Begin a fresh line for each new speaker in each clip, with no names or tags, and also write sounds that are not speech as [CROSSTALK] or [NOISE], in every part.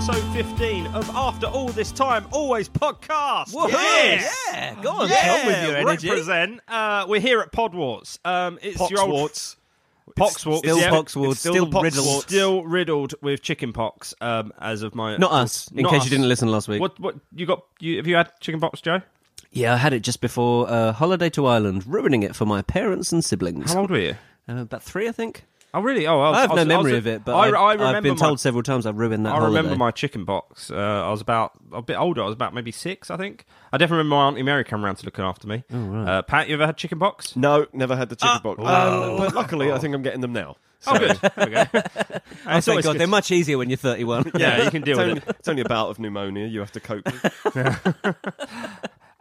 15 of After All This Time Always Podcast.
Woo-hoo!
Yes!
Yeah, go on,
Yeah,
Tom, with your energy.
Represent. Uh, we're here at Podwarts. Um, it's your old
Poxwarts.
Poxwarts.
Still
yeah.
Poxwarts,
It's
still
the Poxwarts.
riddled.
Still riddled with chicken pox. Um, as of my
Not us, in
Not
case
us.
you didn't listen last week.
What what you got? You, have you had chicken pox, Joe?
Yeah, I had it just before uh, holiday to Ireland, ruining it for my parents and siblings.
How old were you?
Uh, about three, I think.
Oh really? Oh, I, was,
I have
was-
no memory
was-
of it, but
I, I
I,
remember
have been
my-
told several times I've ruined that
I remember
holiday.
my chicken box. Uh, I was about a bit older. I was about maybe six, I think. I definitely remember my auntie Mary coming around to looking after me.
Oh,
uh, Pat, you ever had chicken box?
No, never had the chicken box. Um, but luckily, I think I'm getting them now.
Oh,
[LAUGHS]
good. There we go.
Oh,
It's
thank
always
God,
good.
they're much easier when you're 31. [LAUGHS]
Yeah, you can deal
It's
with
only,
it.
it's only a bout of pneumonia you have to cope [LAUGHS] with.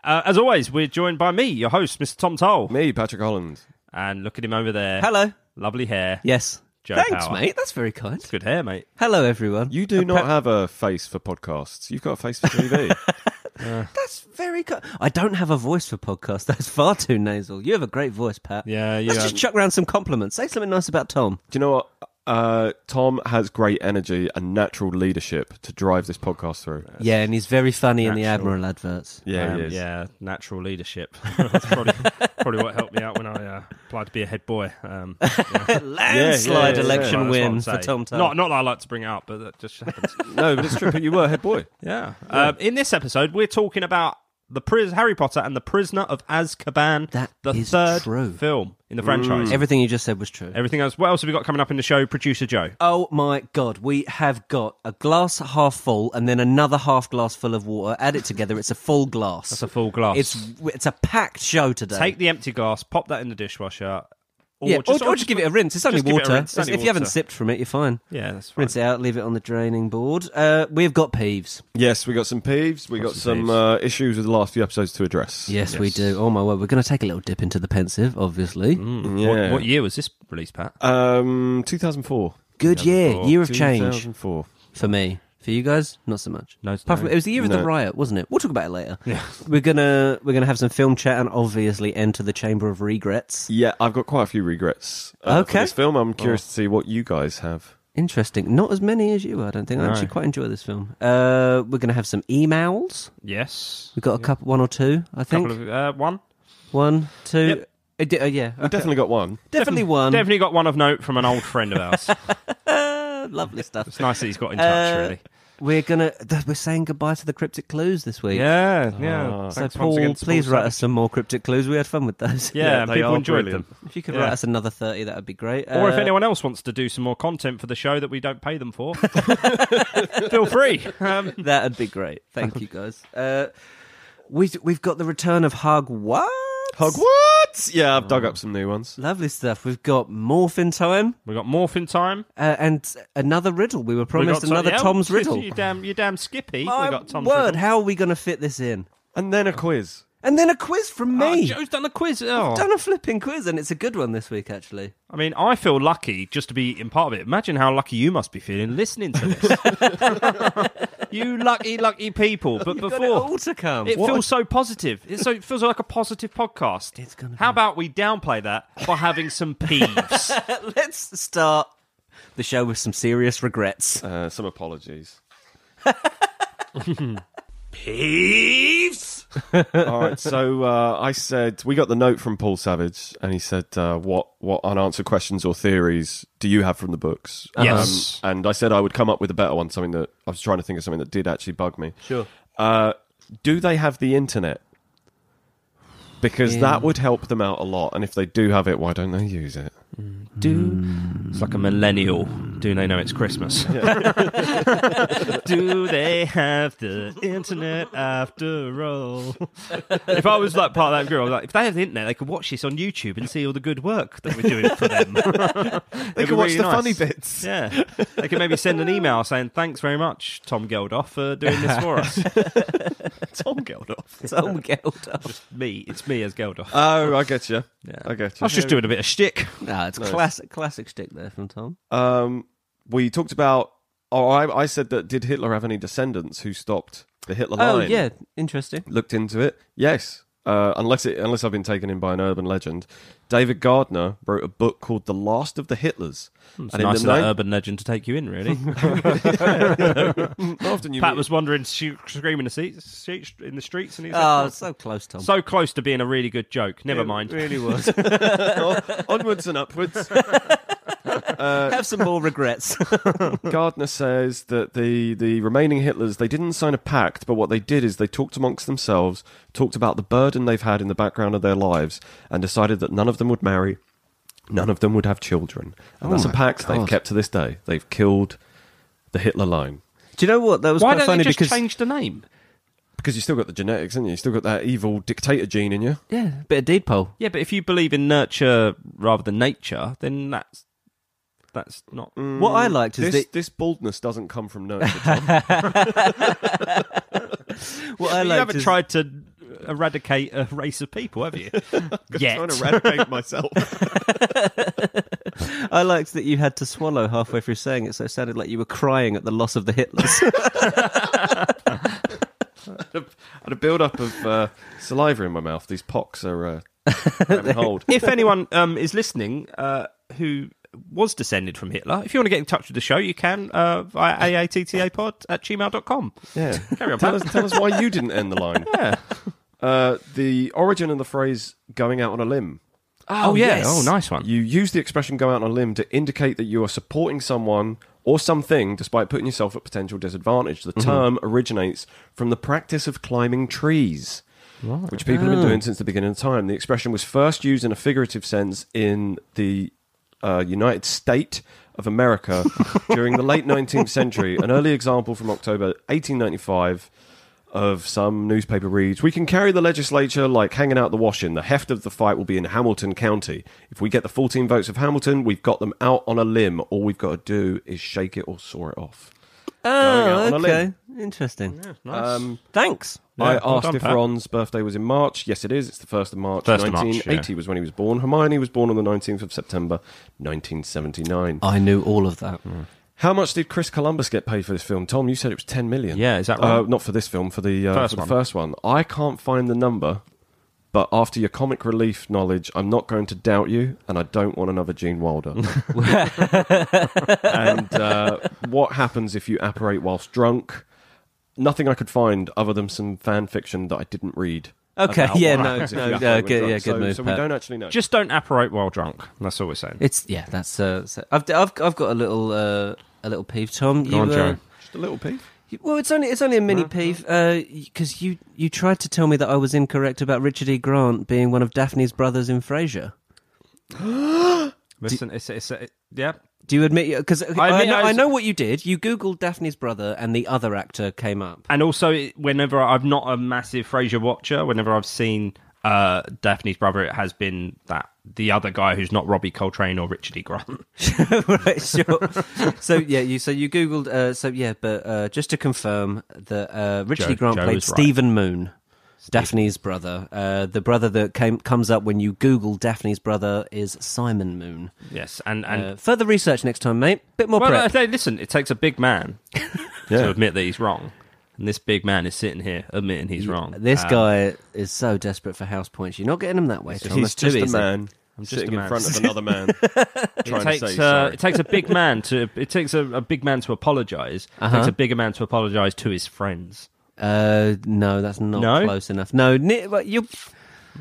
Uh, as always, we're joined by me, your host, Mr. Tom Toll.
Me, Patrick Holland.
And look at him over there.
Hello.
Lovely hair.
Yes.
Joe
Thanks,
Power.
mate. That's very kind.
It's good hair, mate.
Hello, everyone.
You do not have a face for podcasts. You've got a face for [LAUGHS] TV.
That's very kind. I don't have a voice for podcasts. [LAUGHS] That's far too nasal. You have a great voice, Pat.
Yeah, you
Let's
have-
just chuck around some compliments. Say something nice about Tom.
do you know what? Uh, Tom has great energy and natural leadership to drive this podcast through.
yeah, and he's very funny in the
natural.
Admiral adverts.
Yeah,
Um,
he is.
yeah, natural leadership. [LAUGHS] That's probably, probably what helped me out when I uh, applied to be a head boy.
[LAUGHS]
Um,
Landslide
yeah, yeah.
that's
election
what I'm
win for
saying.
Tom Toll.
Not, not that I like to bring it up, but that just
[LAUGHS]
happens.
No, but it's true. But you were head [LAUGHS] boy.
yeah. Um, in this episode, we're talking about the pris- Harry Potter and the Prisoner of Azkaban,
That
the
is
third
true.
film in the franchise.
Everything you just said was true.
Everything else. What else have we got coming up in the show, producer Joe?
Oh my god, we have got a glass half full and then another half glass full of water. Add it together, it's a full glass.
That's a full glass.
It's it's a packed show today.
Take the empty glass, pop that in the dishwasher, or
yeah,
just,
or, or just give it a rinse. It's only
just give it a
water.
rinse, it's only
if you haven't
water.
sipped from it, you're fine.
Yeah, that's fine.
Rinse it out, leave it on the draining board. Uh, we've got peeves.
Yes, we got some peeves. We got,
some
some, uh, issues with the last few episodes to address.
Yes, we do. Oh my word, we're going to take a little dip into the pensive, obviously.
Mm, Yeah.
What, what year was this released, Pat?
Um, 2004.
Good year, year of change
2004.
for me. For you guys, not so much.
No, it's
Apart
no.
from, it was the year of the
No.
riot, wasn't it? We'll talk about it later. We're gonna we're gonna have some film chat and obviously enter the chamber of regrets.
Yeah, I've got quite a few regrets uh,
Okay.
for this film. I'm curious to see what you guys have.
Interesting. Not as many as you, I don't think. I actually quite enjoy this film. Uh, we're going to have some emails.
Yes.
We've got a couple, one or two, I think.
Couple of, uh, one.
One, two.
Yep.
Uh, di- uh, yeah,
I've definitely got one.
definitely one.
Um, Definitely got one of note from an old friend of
[LAUGHS]
ours.
Uh, lovely stuff.
it's nice that he's got in touch,
Uh,
really.
We're gonna. Th- we're saying goodbye to the cryptic clues this week.
Yeah, yeah.
So
Thanks once
Paul,
again to
please
Paul
write
Savage.
us some more cryptic clues. We had fun with those.
Yeah, and
they
people
are
enjoyed
brilliant.
them.
If you could
Yeah.
write us another thirty, that would be great.
Or if
Uh,
anyone else wants to do some more content for the show that we don't pay them for, [LAUGHS] feel free. Um,
that'd be great.
[LAUGHS]
Thank you guys. Uh, we we've got the return of Hogwarts.
Hogwarts! Yeah, I've dug up some new ones.
Lovely stuff. We've got Morphin Time
we got morphin time.
uh, and another riddle. We were
We
promised
got
another
yeah,
Tom's riddle.
[LAUGHS] you damn, you damn Skippy.
My
we got Tom's
word,
riddle.
how are we going to fit this in?
And then a quiz.
And then a quiz from
Oh,
me.
Joe's done a quiz. Oh.
Done a flipping quiz, and it's a good one this week, actually.
I mean, I feel lucky just to be in part of it. Imagine how lucky you must be feeling listening to this.
[LAUGHS]
you lucky, lucky people. But
Got it
before.
all to come.
It feels so positive. It so it feels like a positive podcast.
It's gonna
How about we downplay that by having some peeves?
[LAUGHS] Let's start the show with some serious regrets.
Uh, some apologies.
peeves.
All right, so uh, I said we got the note from Paul Savage, and he said, uh, "What what unanswered questions or theories do you have from the books?"
Yes.
um, and I said I would come up with a better one, something that I was trying to think of something that did actually bug me.
Sure.
Uh, do they have the internet? Because that would help them out a lot, and if they do have it, why don't they use it?
Do it's like a millennial. Do they know it's Christmas? [LAUGHS] Do they have the internet after all? if I was like part of that group, I was like, if they have the internet, they could watch this on YouTube and see all the good work that we're doing for [LAUGHS] them.
They
It'd be
can watch
really
the
nice.
funny bits.
Yeah. They can maybe send an email saying, thanks very much, Tom Geldof, for doing this for us. [LAUGHS] Tom Geldof.
[LAUGHS] Tom Geldof.
Me. It's me as Geldof.
Oh, I get you.
Yeah.
I get
I
you.
was just doing a bit of shtick.
Nah, it's classic, classic stick there from Tom.
Um, we talked about. Oh, I, I said that. Did Hitler have any descendants who stopped the Hitler
Oh
line?
yeah, interesting.
Looked into it. Yes. uh, unless it, unless I've been taken in by an urban legend, David Gardner wrote a book called The Last of the Hitlers.
Hmm, It's nice of
the
that
nine-
urban legend to take you in, really.
[LAUGHS] not often you
uh, Pat
meet-
was wandering, sh- screaming in the, seats, seats- in the streets, and he's
Oh, so close, Tom.
so close to being a really good joke. Never mind. [LAUGHS]
really was.
[LAUGHS] onwards and upwards.
Have some more regrets.
Gardner says that the, the remaining Hitlers, they didn't sign a pact, but what they did is they talked amongst themselves, talked about the burden they've had in the background of their lives, and decided that none of them would marry, none of them would have children.
Oh
And that's a
my
pact they've
God.
kept to this day. They've killed the Hitler line.
Do you know what? That was
Why
quite
don't
funny
they just
because
change the name?
Because you still got the genetics, haven't you? You still got that evil dictator gene in you.
yeah, bit of deed poll.
Yeah, but if you believe in nurture rather than nature, then that's that's not.
What I liked is
This,
that
this baldness doesn't come from nurture. Tom.
what
[LAUGHS]
I
you
liked
haven't
is
tried to eradicate a race of people, have
[LAUGHS]
you? Yet.
I'm trying to eradicate
[LAUGHS]
myself.
I liked that you had to swallow halfway through saying it, so it sounded like you were crying at the loss of the Hitlers.
and a build up of uh, saliva in my mouth. These pocks are uh,
[LAUGHS]
grabbing hold.
if anyone um, is listening uh, who was descended from Hitler, if you want to get in touch with the show, you can uh, via aattapod at gmail.com.
Yeah.
Carry on,
tell
Pat.
us, tell us why you didn't end the line.
[LAUGHS] Yeah.
Uh, the origin of the phrase "going out on a limb."
Oh, yeah. Oh, nice one.
You use the expression "go out on a limb" to indicate that you are supporting someone or something, despite putting yourself at potential disadvantage. The
Mm-hmm.
term originates from the practice of climbing trees. Which people
Ah.
have been doing since the beginning of time. The expression was first used in a figurative sense in the uh, United State
[LAUGHS]
of America during the late 19th century. An early example from October 1895 of some newspaper reads We can carry the legislature like hanging out the washing. The heft of the fight will be in Hamilton County. If we get the 14 votes of Hamilton, we've got them out on a limb. All we've got to do is shake it or saw it off. out on
oh,
a
okay,
limb.
interesting. Um,
nice.
Thanks.
Yeah,
I
well
asked
done,
if
Pat.
Ron's birthday was in March. Yes, it is. It's the 1st of March.
First of March,
1980 was when he was born. Hermione was born on the 19th of September, 1979.
I knew all of that.
How much did Chris Columbus get paid for this film? Tom, you said it was 10 million.
Yeah, is that
Uh,
right?
not for this film, for the, uh,
First
for the
one.
first one. I can't find the number, but after your comic relief knowledge, I'm not going to doubt you, and I don't want another
[LAUGHS]
Gene Wilder. [LAUGHS] and uh, what happens if you apparate whilst drunk? Nothing I could find other than some fan fiction that I didn't read.
Okay,
about
yeah,
what
no,
happens if
no,
you
no,
apparate when
good-
drunk.
yeah, good
so,
move,
So we
Pat.
don't actually know.
Just don't apparate while drunk. That's all we're saying.
It's yeah, that's uh, so I've, I've I've got a little uh, a little peeve, Tom. you,
on,
uh,
Joe.
Just a little peeve.
you- well, it's only it's only a mini peeve because you you tried to tell me that I was incorrect about Richard E. Grant being one of Daphne's brothers in Frasier.
Listen, it's, it's, it- yeah.
Do you admit? Because I,
I admit
know,
I
I,
was-
know what you did. You googled Daphne's brother, and the other actor came up.
And also, it- whenever I- I'm not a massive Frasier watcher, whenever I've seen uh, Daphne's brother, it has been that the other guy who's not Robbie Coltrane or Richard E. Grant.
[LAUGHS] right, sure. so yeah, you so you googled. Uh, so yeah, but uh, just to confirm that uh, Richard
Joe-
E. Grant
Joe
played
is right.
Stephen Moon, Daphne's brother. Uh, the brother that came comes up when you Google Daphne's brother is Simon Moon.
[LAUGHS] yes, and and
Uh, further research next time, mate. Bit more
well,
prep.
no, no, listen, it takes a big man to
Yeah.
admit that he's wrong, and this big man is sitting here admitting he's wrong.
This
Uh,
guy is so desperate for house points. You're not getting him that way, Thomas.
He's just
too
a
easy.
man
just
sitting
a
in
man.
front of another [LAUGHS] man
it
trying to
takes
say
uh,
sorry.
it takes a big man [LAUGHS] to it takes a, a big man to apologize. It takes a bigger man to apologize to his friends.
Uh, no, that's not
No?
close enough. No, ni- but you.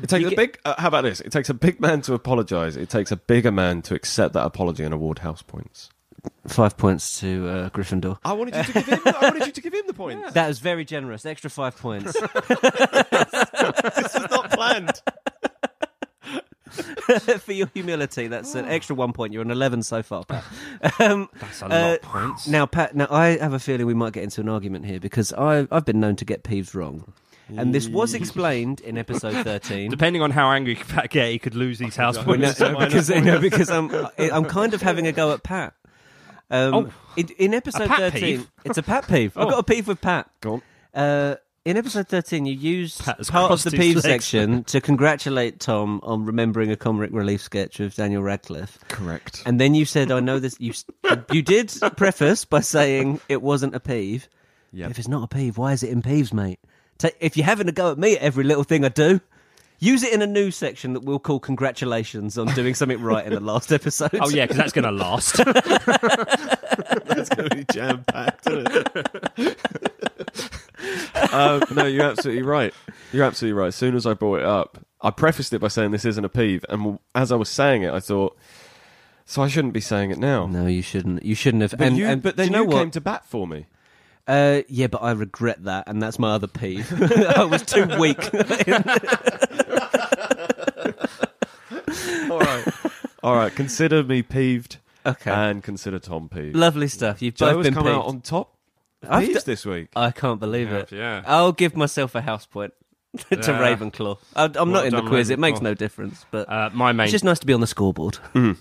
It takes
You
a
get-
big. Uh, how about this? It takes a big man to apologise. It takes a bigger man to accept that apology and award house points.
Five points to uh, Gryffindor.
I wanted you to give him. I wanted you to give him the points.
That was very generous. Extra five points.
This was not planned.
[LAUGHS] for your humility. That's
Ah.
an extra one point. You're on eleven so far, Pat. Um,
That's a lot
uh,
of points.
now, Pat. Now, I have a feeling we might get into an argument here because I, I've been known to get peeves wrong, and this was explained in episode thirteen.
Depending on how angry [LAUGHS] Pat get, he could lose these house
Well, no, [LAUGHS]
points.
no, because you know, because I'm I- I'm kind of having a go at Pat. Um,
Oh.
in, in episode
A Pat
thirteen,
peeve? Oh.
it's a Pat peeve. I've got a peeve with Pat.
Go on.
Uh, in episode 13, you used
Pat has
part of
crossed
the
his
peeve
legs.
section to congratulate Tom on remembering a comic relief sketch of Daniel Radcliffe.
[LAUGHS] Correct.
And then you said, "I know this." You you
[LAUGHS]
did preface by saying it wasn't a peeve. If it's not a peeve, why is it in peeves, mate? Ta if you're having a go at me at every little thing I do, Use it in a new section that we'll call congratulations on doing something right in
[LAUGHS]
the last episode.
Oh yeah, because that's going to
[LAUGHS]
last.
It's going to be jam packed. [LAUGHS] um, no, you're absolutely right. You're absolutely right. As soon as I brought it up, I prefaced it by saying this isn't a peeve, and as I was saying it, I thought, so I shouldn't be saying it now.
No, you shouldn't. You shouldn't have.
But,
and,
you,
and
but
do
then
you know
you
what?
came to bat for me.
Uh, yeah, but I regret that, and that's my other
[LAUGHS]
peeve. [LAUGHS] I was too weak. [LAUGHS]
All right, all right. Consider me peeved,
okay,
and consider Tom peeved.
lovely stuff. You've
Joe
both
has
been
come
peeved.
out on top. of
I've
Peeves
d-
this week.
I can't believe
Yeah,
it.
yeah.
I'll give myself a house point [LAUGHS] to
Yeah.
Ravenclaw. I, I'm
Well
not in the
done,
quiz. It makes
Ravenclaw.
no difference, but
Uh, my main
it's just nice to be on the scoreboard.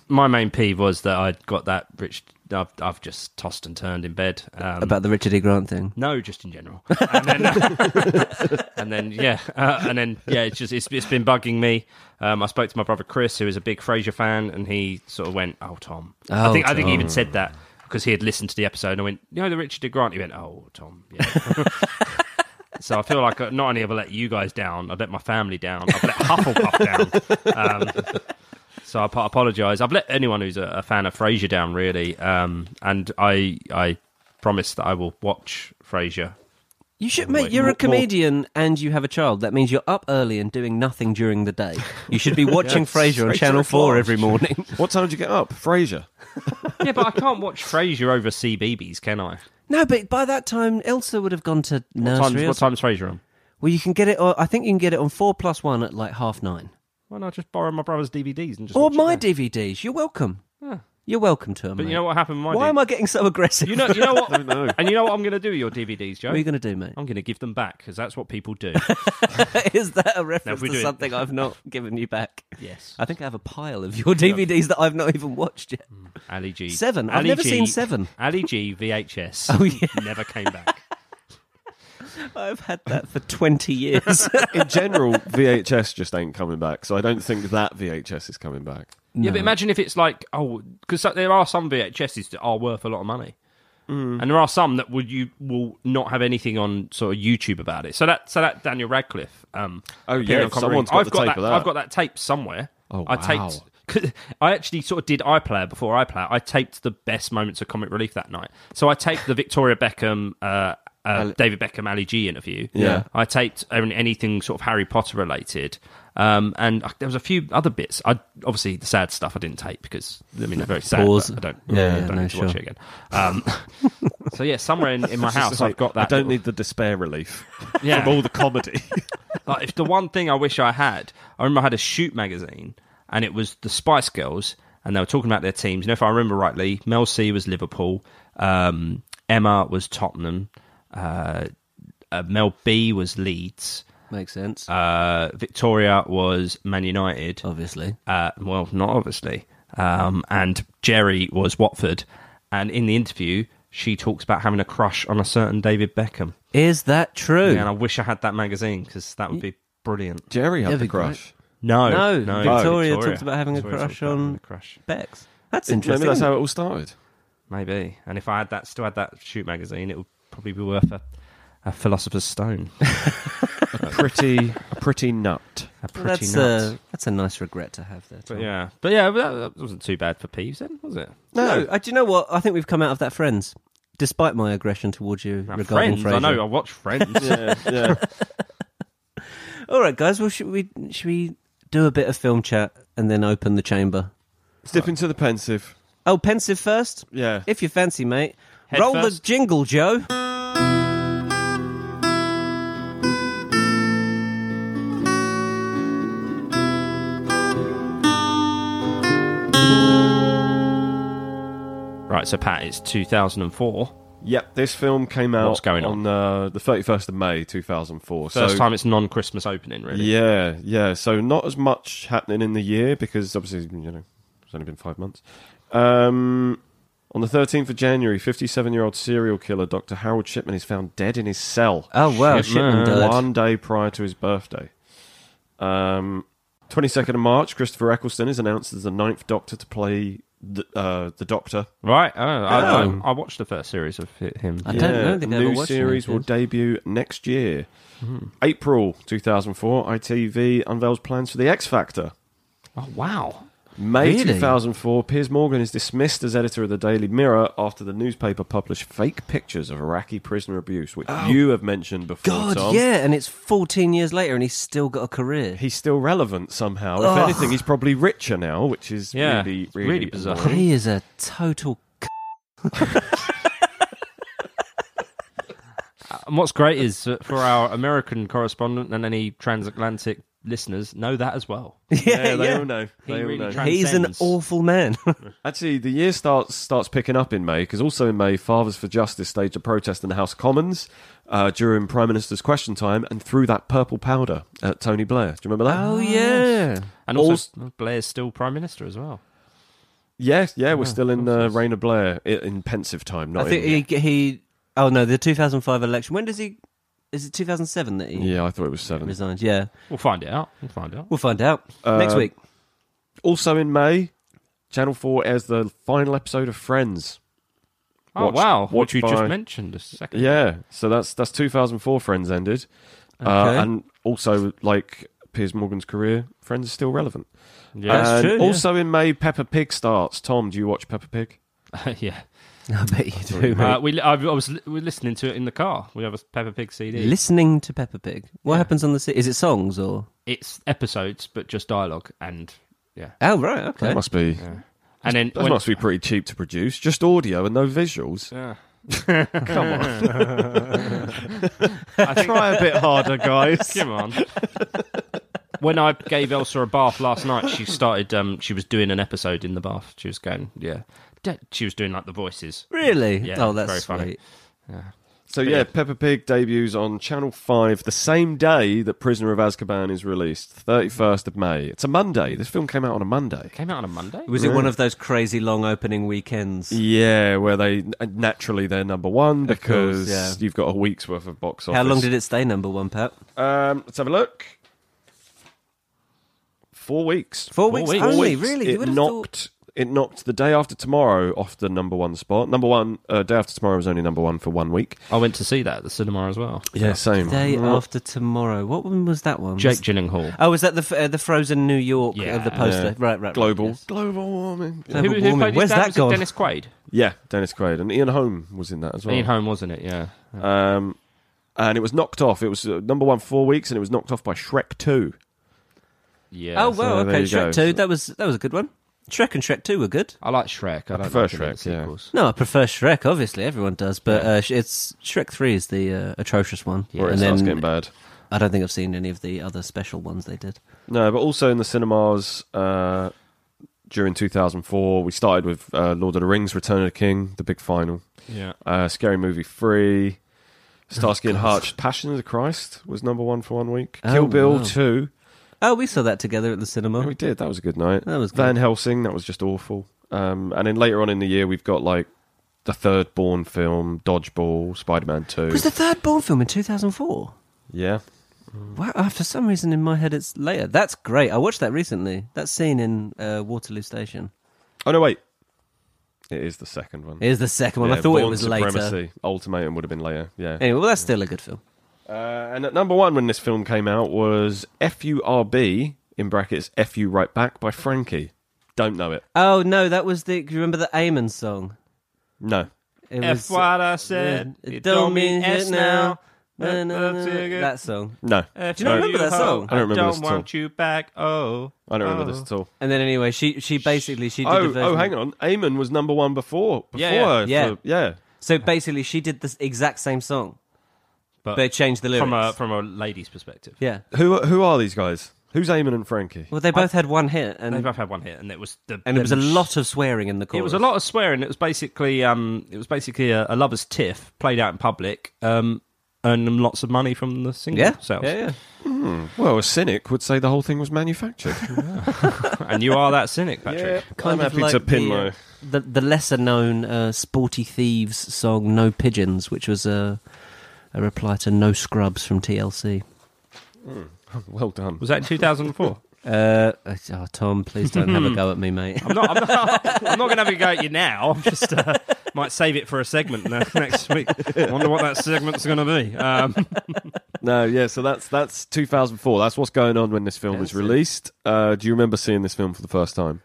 my main peeve was that I'd got that rich. I've, I've just tossed and turned in bed. Um,
About the Richard E. Grant thing.
no, just in general. And then, [LAUGHS] and then yeah, uh, and then yeah. It's just it's, it's been bugging me. Um, I spoke to my brother Chris, who is a big Frasier fan, and he sort of went, "Oh, Tom." I
Oh,
think I think he even
Tom.
said that because he had listened to the episode. and I went, "You know the Richard E. Grant." He went, "Oh, Tom." Yeah. [LAUGHS] So I feel like uh, not only have I let you guys down, I've let my family down, I've let
[LAUGHS]
Hufflepuff down. Um, so I apologise. I've let anyone who's a, a fan of Frasier down, really. Um, and I I promise that I will watch Frasier.
You should,
Wait,
mate. You're a
more-
comedian and you have a child. That means you're up early and doing nothing during the day. You should [LAUGHS] be watching Frasier on
Frasier
Channel
at
Four
large.
every [LAUGHS] morning.
What time did you get up, Frasier?
Yeah, but I can't watch Frasier over CBeebies, can I?
No, but by that time, Elsa would have gone to
What time's,
nursery. or
what time's Frasier on?
Well, you can get it. On, I think you can get it on four plus one at like half nine.
Why not just borrow my brother's DVDs and just
Or
watch it
my
there?
DVDs. You're welcome. You're welcome to them.
But you know what happened? with My
Why
D-
am I getting so aggressive?
You know, you know what?
know.
And you know what I'm going to do with your DVDs, Joe?
[LAUGHS] what are you going to do, mate?
I'm going to give them back because that's what people do.
[LAUGHS] Is that a reference
we
to
do it-
something I've
[LAUGHS]
not given you back?
yes.
I think I have a pile of your DVDs that I've not even watched yet.
Mm. Ali G.
Seven. I've never
[LAUGHS]
seen Seven.
Ali G VHS.
Oh, yeah.
Never came back.
I've had that for
[LAUGHS]
20 years. [LAUGHS]
In general, VHS just ain't coming back, so I don't think that VHS is coming back.
Yeah, but imagine if it's like oh, because there are some VHSs that are worth a lot of money,
Mm.
and there are some that would you will not have anything on sort of YouTube about it. So that so that Daniel Radcliffe. Um,
Oh,
appearing
yeah,
on Common
someone's
Rooms,
got
I've
the
got
tape
that,
of that.
I've got that tape somewhere.
Oh,
I
wow.
taped. 'cause [LAUGHS] I actually sort of did iPlayer before iPlayer. I taped the best moments of comic relief that night. So I taped the Victoria Beckham, uh, uh, David Beckham, Ali G interview.
Yeah.
I taped an- anything sort of Harry Potter related. Um, and I, there was a few other bits. I obviously the sad stuff I didn't tape because I mean they're very sad.
Pause.
but I don't.
Yeah,
I
yeah,
don't
no,
need to watch
sure.
it again. Um, [LAUGHS] so yeah, somewhere in, in my house I've got that.
I don't
little-
need the despair relief
Yeah.
from all the comedy.
like if the one thing I wish I had, I remember I had a shoot magazine and it was the Spice Girls and they were talking about their teams. And if I remember rightly, Mel C was Liverpool, um, Emma was Tottenham, uh, uh, Mel B was Leeds,
Makes sense.
uh, Victoria was Man United.
Obviously.
Uh, well, not obviously. Um, and Jerry was Watford. And in the interview, she talks about having a crush on a certain David Beckham.
Is that true?
Yeah, and I wish I had that magazine because that would be brilliant.
Jerry had
That'd
the
be great.
crush.
No,
No, Victoria
talks
talks about having a crush on-
crush.
Bex. That's
Maybe
interesting.
that's how it all started.
Maybe, and if I had that, still had that shoot magazine, it would probably be worth a, a philosopher's stone. [LAUGHS]
Pretty, a pretty nut.
A pretty
that's, uh,
nut.
a, that's a nice regret to have there.
But
Tom.
yeah, but yeah, but that, that wasn't too bad for Peeves, then, was it?
No,
No.
I, do you know what? I think we've come out of that Friends, despite my aggression towards you
Now,
regarding
friends,
Frasier.
I know. I watch
[LAUGHS]
Friends.
[LAUGHS] Yeah, yeah.
All right, guys. Well, should we should we do a bit of film chat and then open the chamber?
Step into the pensive.
Oh, pensive first,
Yeah.
if you fancy, mate.
Head
Roll
first.
the jingle, Joe.
Right, so Pat, it's 2004.
Yep, this film came out
What's going on?
uh, the 31st of May 2004.
First
so,
time it's non-Christmas opening, really.
Yeah, yeah. So not as much happening in the year because obviously, you know, it's only been five months. Um, on the 13th of January, 57-year-old serial killer Dr. Harold Shipman is found dead in his cell.
Oh wow, Shipman
Shipman.
died.
One day prior to his birthday. Um, 22nd of March, Christopher Eccleston is announced as the ninth Doctor to play the, uh, the Doctor.
Right. Oh, I,
Oh.
I, I watched the first series of hi- him.
I don't know. I
the
think Hmm. I've ever
new
watched
series will
those.
debut next year. April 2004, ITV unveils plans for The X Factor.
Oh, wow.
May
Really?
2004, Piers Morgan is dismissed as editor of the Daily Mirror after the newspaper published fake pictures of Iraqi prisoner abuse, which you have mentioned before,
God,
Tom.
yeah, and it's 14 years later and he's still got a career.
He's still relevant somehow. If
Ugh.
anything, he's probably richer now, which is
Yeah,
really,
it's
really,
really bizarre.
[LAUGHS]
annoying.
He is a total. C-
And what's great is that for our American correspondent and any transatlantic listeners, know that as well.
[LAUGHS] Yeah, they all know.
He
They all
really
know.
tried-
He's an
Transcends.
awful man. [LAUGHS]
Actually, the year starts starts picking up in May because also in May, Fathers for Justice staged a protest in the House of Commons uh, during Prime Minister's question time and threw that purple powder at Tony Blair. Do you remember that?
oh, yeah.
And also, Blair's still Prime Minister as well.
Yes, yeah, we're still in uh, reign of Blair i- in pensive time, not
I think he,
in.
he. Oh, no, the 2005 election. When does he. Is it 2007 that he
Yeah, I thought it was seven.
resigned? Yeah.
We'll find it out. We'll find out.
We'll find out
Uh,
next week.
Also in May, Channel Four airs the final episode of Friends.
Oh,
Watched-
wow. What
watched
you
by-
just mentioned a second
Yeah, so that's that's 2004. Friends ended,
Okay.
uh, and also like Piers Morgan's career, Friends is still relevant.
Yeah.
That's
And
true, yeah.
Also in May, Peppa Pig starts. Tom, do you watch Peppa Pig? Uh,
[LAUGHS] yeah.
I bet you do.
Uh, we, I, I was li- we're listening to it in the car. We have a Peppa Pig CD.
Listening to Peppa Pig. What happens on the. se- Is it songs or.
it's episodes, but just dialogue. And yeah.
Oh, right, okay.
That must be
And then
that
when-
must be pretty cheap to produce. Just audio and no visuals.
Yeah.
[LAUGHS] Come on,
[LAUGHS] I think-
try a bit harder, guys.
[LAUGHS] Come on. when I gave Elsa a bath last night, she started. Um, she was doing an episode in the bath. She was going, yeah. Da- She was doing like the voices.
Really?
Yeah,
oh, that's
very funny.
sweet.
So yeah, Peppa Pig debuts on Channel Five the same day that Prisoner of Azkaban is released, thirty first of May. It's a Monday. This film came out on a Monday.
Came out on a Monday.
Was it one of those crazy long opening weekends?
Yeah, where they uh, naturally they're number one
Of course,
because
yeah.
you've got a week's worth of box office.
How long did it stay number one, Pat?
Um, let's have a look. Four weeks.
Four weeks
weeks.
only,
Four weeks.
really?
It knocked. It knocked the day after tomorrow off the number one spot. Number one, uh, day after tomorrow was only number one for one week.
I went to see that at the cinema as well.
Yeah, same. Mm.
Day
Well,
after tomorrow. What one was that one?
Jake Gyllenhaal.
Oh, was that the f- uh, the Frozen New York?
Yeah.
Uh, the poster.
Yeah.
Right, right, right.
global,
yes.
global warming. Yeah.
Global warming.
played his
Uh, Where's
dad?
that
Was it
gone?
Dennis Quaid.
Yeah, Dennis Quaid and Ian Holm was in that as well.
Oh.
Ian Holm, wasn't it? Yeah.
Um, and it was knocked off. It was uh, number one four weeks, and it was knocked off by Shrek Two.
Yeah.
Oh
so-
well,
so there
okay.
you go.
Shrek two. That was that was a good one. Shrek and Shrek two were good.
I like Shrek. I, don't
prefer
like any of
Shrek,
the
yeah.
sequels.
No, I prefer Shrek. Obviously, everyone does, but uh, sh- it's Shrek three is the uh, atrocious one,
Where it
and
starts
then
getting bad.
I don't think I've seen any of the other special ones they did.
No, but also in the cinemas uh, during 2004, we started with uh, Lord of the Rings: Return of the King, the big final,
Yeah.
uh, Scary Movie
Oh,
Three, Starsky and Hutch, Passion of the Christ was number one for one week,
Oh,
Kill Bill
wow.
Two.
Oh, we saw that together at the cinema.
Yeah, we did. That was a good night.
That was good.
Van Helsing. That was just awful. Um, and then later on in the year, we've got like the third Born film, Dodgeball, Spider Man Two.
was the third Bourne film in two thousand four.
yeah.
Wow, uh, for some reason in my head it's later. That's great. I watched that recently. That scene in uh, Waterloo Station.
Oh no, wait. It is the second one.
Here's the second one. I
Yeah,
thought it
Bourne
was later.
Supremacy. Ultimatum would have been later. Yeah.
Anyway, well, that's still a good film.
Uh, and at number one when this film came out was FURB in brackets FU Right Back by Frankie. Don't know it.
Oh no, that was the. Do you remember the Eamon song?
No.
It
F what I said.
Yeah.
It don't mean yes now.
Na, na, na, na. That song.
No.
F
Do you not
you,
remember that
ho.
song?
I don't remember
don't
this at all.
want you back. Oh.
I don't remember
oh.
this at all.
And then anyway, she she basically she did a
Oh,
version.
oh, hang on. Eamon was number one before. before
Yeah, yeah.
her
Yeah.
for- yeah.
So basically, she did the exact same song, but they changed the lyrics.
from a from a lady's perspective.
yeah.
Who who are these guys? Who's Eamon and Frankie?
Well, they both had one hit,
They
and
both had one hit, and it was the
and it was a
the-
lot of swearing in the chorus.
It was a lot of swearing. It was basically um, it was basically a, a lovers' tiff played out in public, um, earning them lots of money from the single
Yeah.
sales.
Yeah, yeah.
Well, a cynic would say the whole thing was manufactured.
[LAUGHS] And you are that
[LAUGHS]
cynic, [LAUGHS] Patrick.
I'm happy to pin
the,
my.
uh,
[LAUGHS]
the the lesser known uh, Sporty Thieves song "No Pigeons," which was a a reply to "No Scrubs" from TLC.
Well done.
Was that in 2004?
Uh, oh, Tom, please don't have [LAUGHS] a go at me, mate.
I'm not, I'm not, [LAUGHS] I'm not going to have a go at you now. I'm just uh, might save it for a segment ne- [LAUGHS] next week. I wonder what that segment's going to be. Um,
[LAUGHS]
No, yeah. So that's that's 2004. That's what's going on when this film
That's
was
it.
released. Uh, do you remember seeing this film for the first time?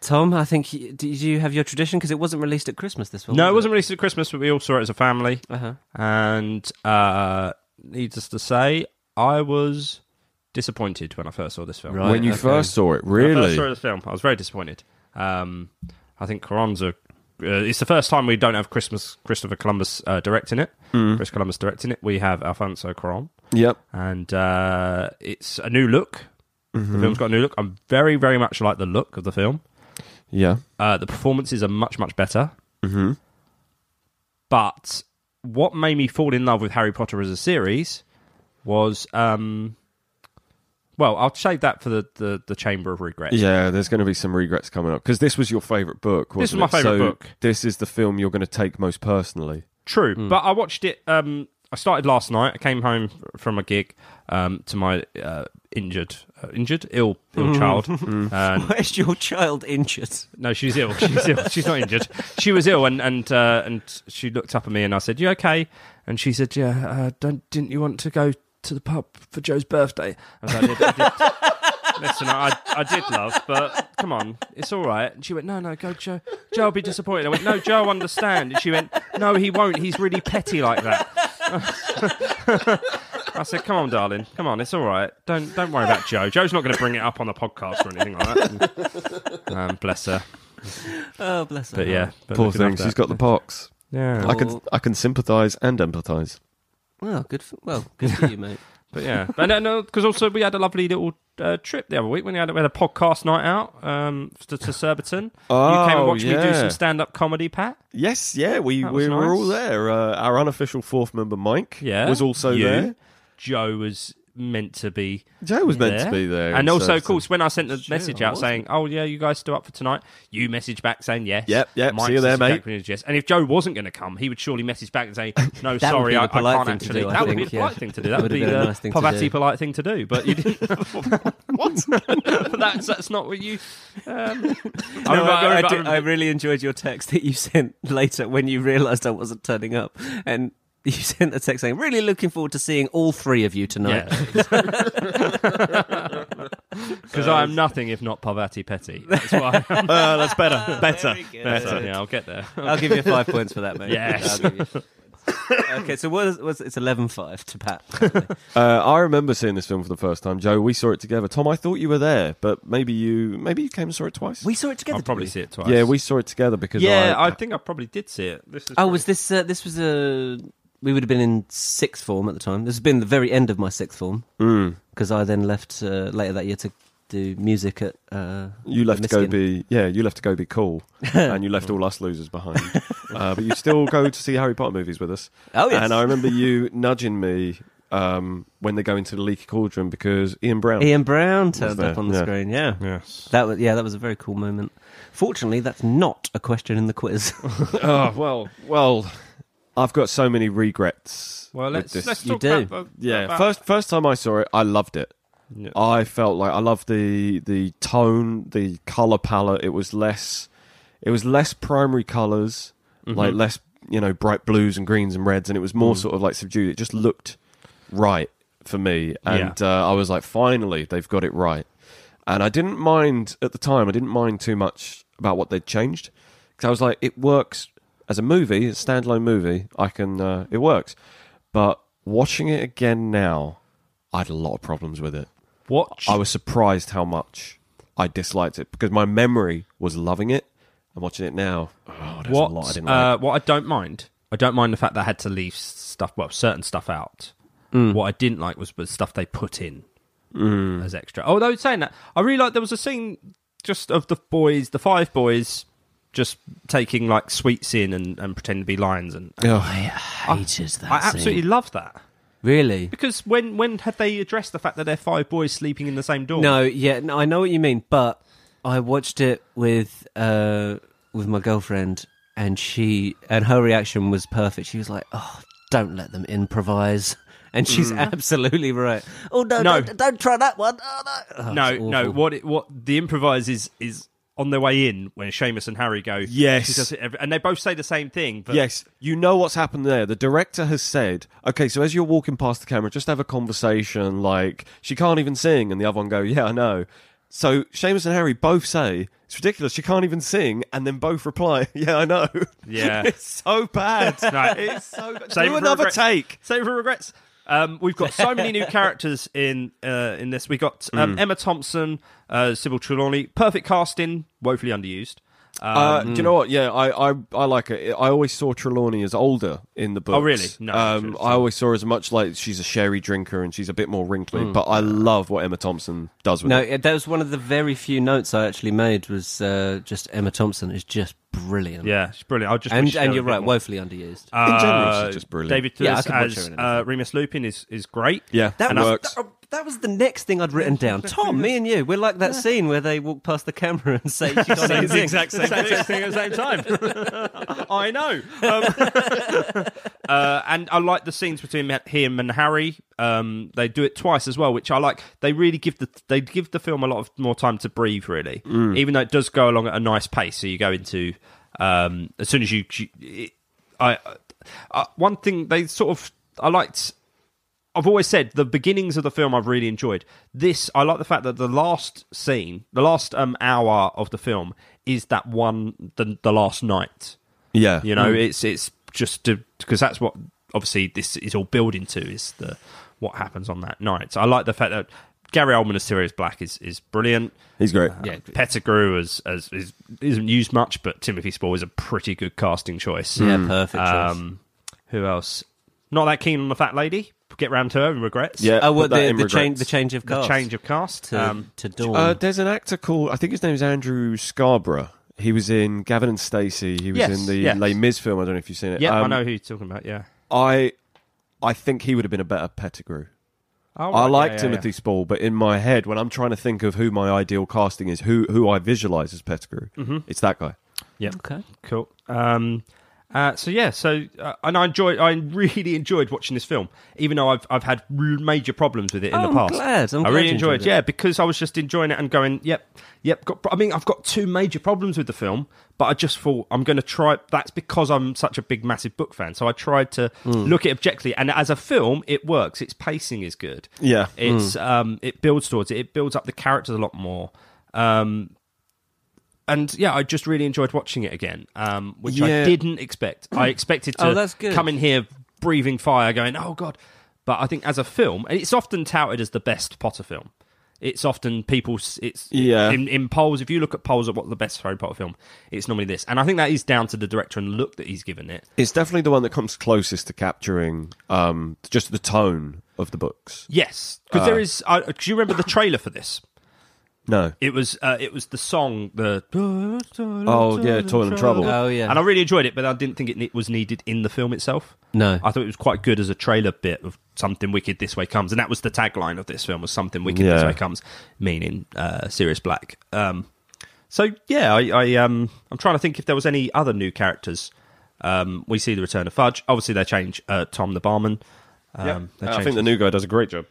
Tom, I think y- did you have your tradition because it wasn't released at Christmas this film?
no, it
was
wasn't released at Christmas, but we all saw it as a family.
Uh-huh.
And uh, needless to say, I was disappointed when I first saw this film. Uh,
Right,
when you
okay.
first saw it,
When I first
really?
saw this film, I was very disappointed. Um, I think Carranza. Uh, it's the first time we don't have Christmas Christopher Columbus uh, directing it. Chris Columbus directing it. We have Alfonso Cuarón,
Yep.
and uh, it's a new look.
Hmm. Mm-hmm.
The film's got a new look. I'm very, very much like the look of the film.
Yeah.
Uh, the performances are much, much better.
Mm-hmm.
But what made me fall in love with Harry Potter as a series was, um, well, I'll save that for the, the, the Chamber of Regret.
Yeah. There's going to be some regrets coming up because this was your favorite book.
This
wasn't
was my
it?
favourite
So
book.
This is the film you're going to take most personally.
True, but I watched it. Um, I started last night. I came home f- from a gig um, to my uh, injured, uh, injured, ill, ill child. Uh,
[LAUGHS] Where's your child injured?
no, she's ill. She's ill. She's not injured. She was ill, and and uh, and she looked up at me, and I said, "You okay?" And she said, "Yeah. Uh, don't didn't you want to go to the pub for Joe's birthday?" I was like, "I did." I did. [LAUGHS] Listen, I, I did love, but come on, it's all right. And she went, no, no, go, Joe. Joe will be disappointed. I went, no, Joe, will understand. And she went, no, he won't. He's really petty like that. [LAUGHS] I said, "Come on, darling, come on, it's all right. Don't don't worry about Joe. Joe's not going to bring it up on the podcast or anything like that." um, bless her,
Oh, bless her.
but yeah, but
Poor
looking after
thing. She's
that.
got the pox.
yeah,
I can
Poor-
I can sympathise and empathise.
Well, good. For, well, good for you, mate.
but yeah, but no, because also we had a lovely little uh, trip the other week when we had, we had a podcast night out um, to, to Surbiton. you came and
Oh,
watched me do
yeah.
some stand up comedy, Pat.
Yes, yeah, we,
That
we
was
were
nice.
all there. Uh, our unofficial fourth member, Mike,
Yeah,
was also
You,
there.
Joe was meant to be
Joe was meant
there.
to be there.
and
in
also of
Surbiton.
course when i sent the message
I
out saying oh yeah you guys still up for tonight you message back saying yes
Yep, yep,
Mike
see you there,
messaged
mate.
back when he was yes and if joe wasn't going to come he would surely message back
[LAUGHS]
and say no
That would
sorry
be the
I, I
polite
can't
thing to
actually
do, I
that would
think,
be the
yeah.
polite thing to do that would
Would've
be
been a
the
nice thing to do.
Pavati polite thing to do but you didn't [LAUGHS]
[LAUGHS]
but that's, that's not what [LAUGHS] you um, I,
No,
remember-
[LAUGHS] I, I
remember-
do- I really enjoyed your text that you sent later when you realised I wasn't turning up, and [LAUGHS] you sent a text saying, "Really looking forward to seeing all three of you tonight."
Because I am nothing if not Parvati Petty. That's why. that's better. Better.
good.
Better. Yeah, I'll get there.
I'll give you five points for that, mate.
Yes.
I'll give you five points. okay, so what is, what's, it's 11-5 to Pat. apparently.
Uh, I remember seeing this film for the first time. Joe, we saw it together. Tom, I thought you were there, but maybe you maybe you came and saw it twice.
we saw it together.
I'll
didn't
probably
we?
see it twice.
yeah, we saw it together because
Yeah,
I,
I, think I probably did see it. This is
Oh, was this? Uh, this was a. We would have been in sixth form at the time. This has been the very end of my sixth form
Mm.
because I then left uh, later that year to do music at. Uh,
you left
the
to go
Miskin.
be yeah, you left to go
[LAUGHS]
be cool, and you left all us losers behind. uh, but you still go to see Harry Potter movies with us.
Oh yes.
And I remember you nudging me um, when they go into the leaky cauldron because Ian Brown.
Ian Brown turned
there,
up on the
yeah.
screen. Yeah.
Yes.
That was yeah, that was a very cool moment. Fortunately, that's not a question in the quiz.
[LAUGHS] oh well, well, I've got so many regrets.
Well,
with
let's
this.
let's
You
talk
do.
about,
yeah.
about-
First first time I saw it, I loved it.
Yeah.
I felt like I loved the the tone, the color palette. It was less, it was less primary colors, like less you know bright blues and greens and reds, and it was more sort of like subdued. It just looked right for me, and uh, I was like, finally, they've got it right. And I didn't mind at the time. I didn't mind too much about what they'd changed because I was like, it works as a movie, a standalone movie. I can, uh, it works. But watching it again now, I had a lot of problems with it.
watch.
I was surprised how much I disliked it because my memory was loving it. I'm watching it now. Oh, there's
what
a lot I didn't
uh,
like.
what I don't mind. I don't mind the fact that I had to leave s- stuff. Well, certain stuff out.
Mm.
What I didn't like was the stuff they put in as extra. Although saying that, I really like there was a scene just of the boys, the five boys, just taking like sweets in and, and pretending to be lions, and
Ugh.
Hated that.
I absolutely love that.
really.
Because when when had they addressed the fact that they're five boys sleeping in the same [LAUGHS] dorm?
No, yeah, no, I know what you mean, but I watched it with uh, with my girlfriend, and she and her reaction was perfect. She was like, "Oh, don't let them improvise." [LAUGHS] and she's absolutely right. Oh no,
Mm. No.
Don't, don't try that one. Oh, no, Oh,
no,
it's
no.
awful.
What it, what the improvise is is on their way in when Seamus and Harry go.
Yes.
she does it every- and they both say the same thing. But
Yes, you know what's happened there. The director has said, "Okay, so as you're walking past the camera, just have a conversation." Like she can't even sing, and the other one go, "Yeah, I know." So Seamus and Harry both say it's ridiculous. She can't even sing, and then both reply, [LAUGHS] "Yeah, I know."
[LAUGHS] Yeah.
it's
[LAUGHS]
so bad.
No.
It's so bad.
Save it
Do
for
another
regret-
take.
Save it for regrets. Um, we've got so many new [LAUGHS] characters in uh, in this. We got um, Emma Thompson, uh, Sybil Trelawney, perfect casting, woefully underused. Um,
Uh, Do you know what? Yeah, I, I, I like it. I always saw Trelawney as older in the book.
Oh, really? No, I should've
um,
seen
I always saw her as much like she's a sherry drinker and she's a bit more wrinkly.
Mm.
But I love what Emma Thompson does with
No,
it.
it- that was one of the very few notes I actually made. Was uh, just Emma Thompson is just brilliant.
yeah, she's brilliant. I just wish
and
she
and
had
you're
a bit
right,
more-
woefully underused.
In general,
Uh,
she's just brilliant.
David
Yeah, I
Thewlis
could watch her
as
in
uh, Remus Lupin is is great.
Yeah,
That
and
was,
I- works.
That, that was the next thing I'd written
[LAUGHS]
down. Tom, me and you, we're like that scene where they walk past the camera and
[LAUGHS]
say, "She's on the exact
same thing at the same time. [LAUGHS] I know. Um, [LAUGHS] uh, and I like the scenes between him and Harry. Um, they do it twice as well, which I like. They really give the they give the film a lot of more time to breathe, really. Even though it does go along at a nice pace, so you go into um, as soon as you. you- I, I one thing they sort of I liked I've always said the beginnings of the film I've really enjoyed. This I like the fact that the last scene, the last um hour of the film is that one the the last night.
yeah,
You
Hmm.
know, it's it's just because that's what obviously this is all building to is the what happens on that night. So I like the fact that Gary Oldman as Sirius Black is is brilliant.
he's great.
Uh,
Yeah.
Pettigrew as as is, isn't used much, but Timothy Spall is a pretty good casting choice.
Yeah,
Hmm.
perfect. choice.
Um, who else? Not that keen on the fat lady. Get round to her in regrets.
Yeah,
oh, well,
put that
the,
in
the change,
regrets.
the change of
the
cast
change of cast.
to,
Um,
to Dawn.
Uh, there's an actor called I think his name is Andrew Scarborough. He was in Gavin and Stacey. He was
Yes,
in the
yes.
Les Mis film. I don't know if you've seen it.
yeah, I
Um,
know who you're talking about. Yeah,
I I think he would have been a better Pettigrew.
oh,
I like Timothy Spall, but in my head, when I'm trying to think of who my ideal casting is, who who I visualize as Pettigrew,
Mm-hmm.
it's that guy.
Yeah,
okay.
cool. Um, uh, so yeah, so uh, and I enjoyed. I really enjoyed watching this film, even though I've I've had r- major problems with it in
Oh,
the
I'm
past.
glad. I'm
I
glad
really enjoyed.
you enjoyed
it.
it.
Yeah, because I was just enjoying it and going, yep, yep. Got, pro- I mean, I've got two major problems with the film, but I just thought I'm going to try. That's because I'm such a big, massive book fan. So I tried to
Hmm.
look at it objectively, and as a film, it works. Its pacing is good.
Yeah.
it's
Hmm.
um, it builds towards it. It builds up the characters a lot more. Um, and yeah, I just really enjoyed watching it again, um, which I
Yeah.
didn't expect. I
[CLEARS THROAT]
expected to
Oh, that's good.
come in here breathing fire, going, "Oh God!" But I think as a film, and it's often touted as the best Potter film. It's often people, s- it's
Yeah.
in, in polls. If you look at polls at what the best Harry Potter film, it's normally this, and I think that is down to the director and look that he's given it.
It's definitely the one that comes closest to capturing um, just the tone of the books.
Yes, because
Uh.
there is. I, do you remember the trailer for this?
No,
It was uh, it was the song the
oh yeah, Toil and Trouble.
Uh,
Oh yeah,
And I really enjoyed it, but I didn't think it ne- was needed in the film itself.
No.
I thought it was quite good as a trailer bit of something wicked this way comes, and that was the tagline of this film was something wicked this
Yeah.
way comes, meaning uh, Sirius Black. Um, so yeah, I, I um, I'm trying to think if there was any other new characters. Um, we see the return of Fudge. Obviously, they change uh, Tom the barman. Um,
Yeah.
they
I
change-
think the new guy does a great job.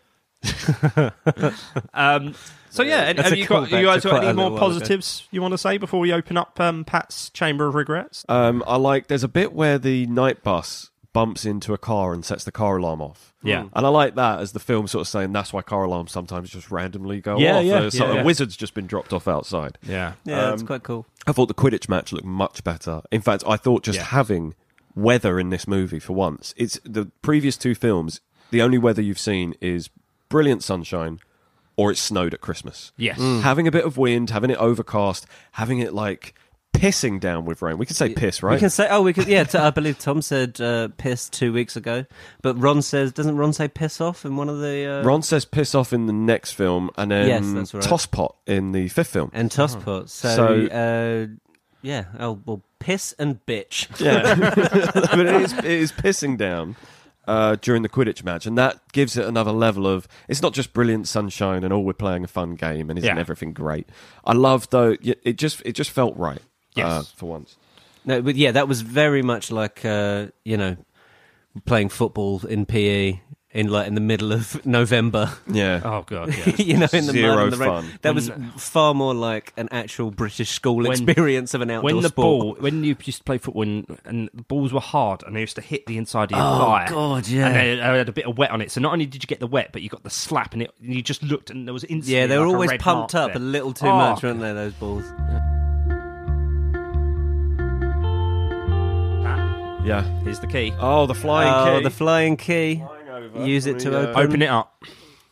um, so yeah, and,
That's
have
a
you got
callback
you guys
to
got
quite a
any more
little while ago.
positives you want to say before we open up um, Pat's Chamber of Regrets?
Um, I like. There's a bit where the night bus bumps into a car and sets the car alarm off.
Yeah.
and I like that as the film sort of saying that's why car alarms sometimes just randomly go
Yeah,
off.
yeah,
There's sort
yeah.
of- A wizard's just been dropped off outside.
Yeah,
yeah,
um,
it's quite cool.
I thought the Quidditch match looked much better. In fact, I thought just
Yeah.
having weather in this movie for once. It's the previous two films. The only weather you've seen is brilliant sunshine, or it snowed at Christmas.
Yes.
Mm.
having a bit of wind, having it overcast, having it like pissing down with rain. We could say piss, right?
We can say, oh, we could, yeah. T- I believe Tom said uh, piss two weeks ago, but Ron says, doesn't Ron say piss off in one of the uh,
Ron says piss off in the next film, and then
Yes, that's right.
tosspot in the fifth film.
and tosspot? So, uh, yeah. Oh well, piss and bitch.
Yeah, [LAUGHS] but it is, it is pissing down uh, during the Quidditch match, and that gives it another level of. It's not just brilliant sunshine and all. we're playing a fun game, and isn't
Yeah.
everything great? I love though. y- It just it just felt right.
Yes.
uh, for once.
No, but yeah, that was very much like uh, you know playing football in PE in like in the middle of [LAUGHS] November.
Yeah.
Oh god, yeah.
[LAUGHS] you know, in the mud
Zero
and the rain.
fun.
That was far more like an actual British school
When-
experience of an outdoor
when the
sport.
ball, when you used to play football and, and the balls were hard and they used to hit the inside of your
Oh,
thigh.
God, yeah.
And they, they had a bit of wet on it. So not only did you get the wet, but you got the slap and it. And you just looked and there was instantly.
yeah, they were
like, a
always
red
pumped
mark
up
there.
a little too
Oh,
much, weren't they? Those balls.
Yeah.
Here's the key.
Oh, the flying
oh,
key.
the flying key.
Flying over.
Use it
Let
to
me, uh,
open.
Open it up.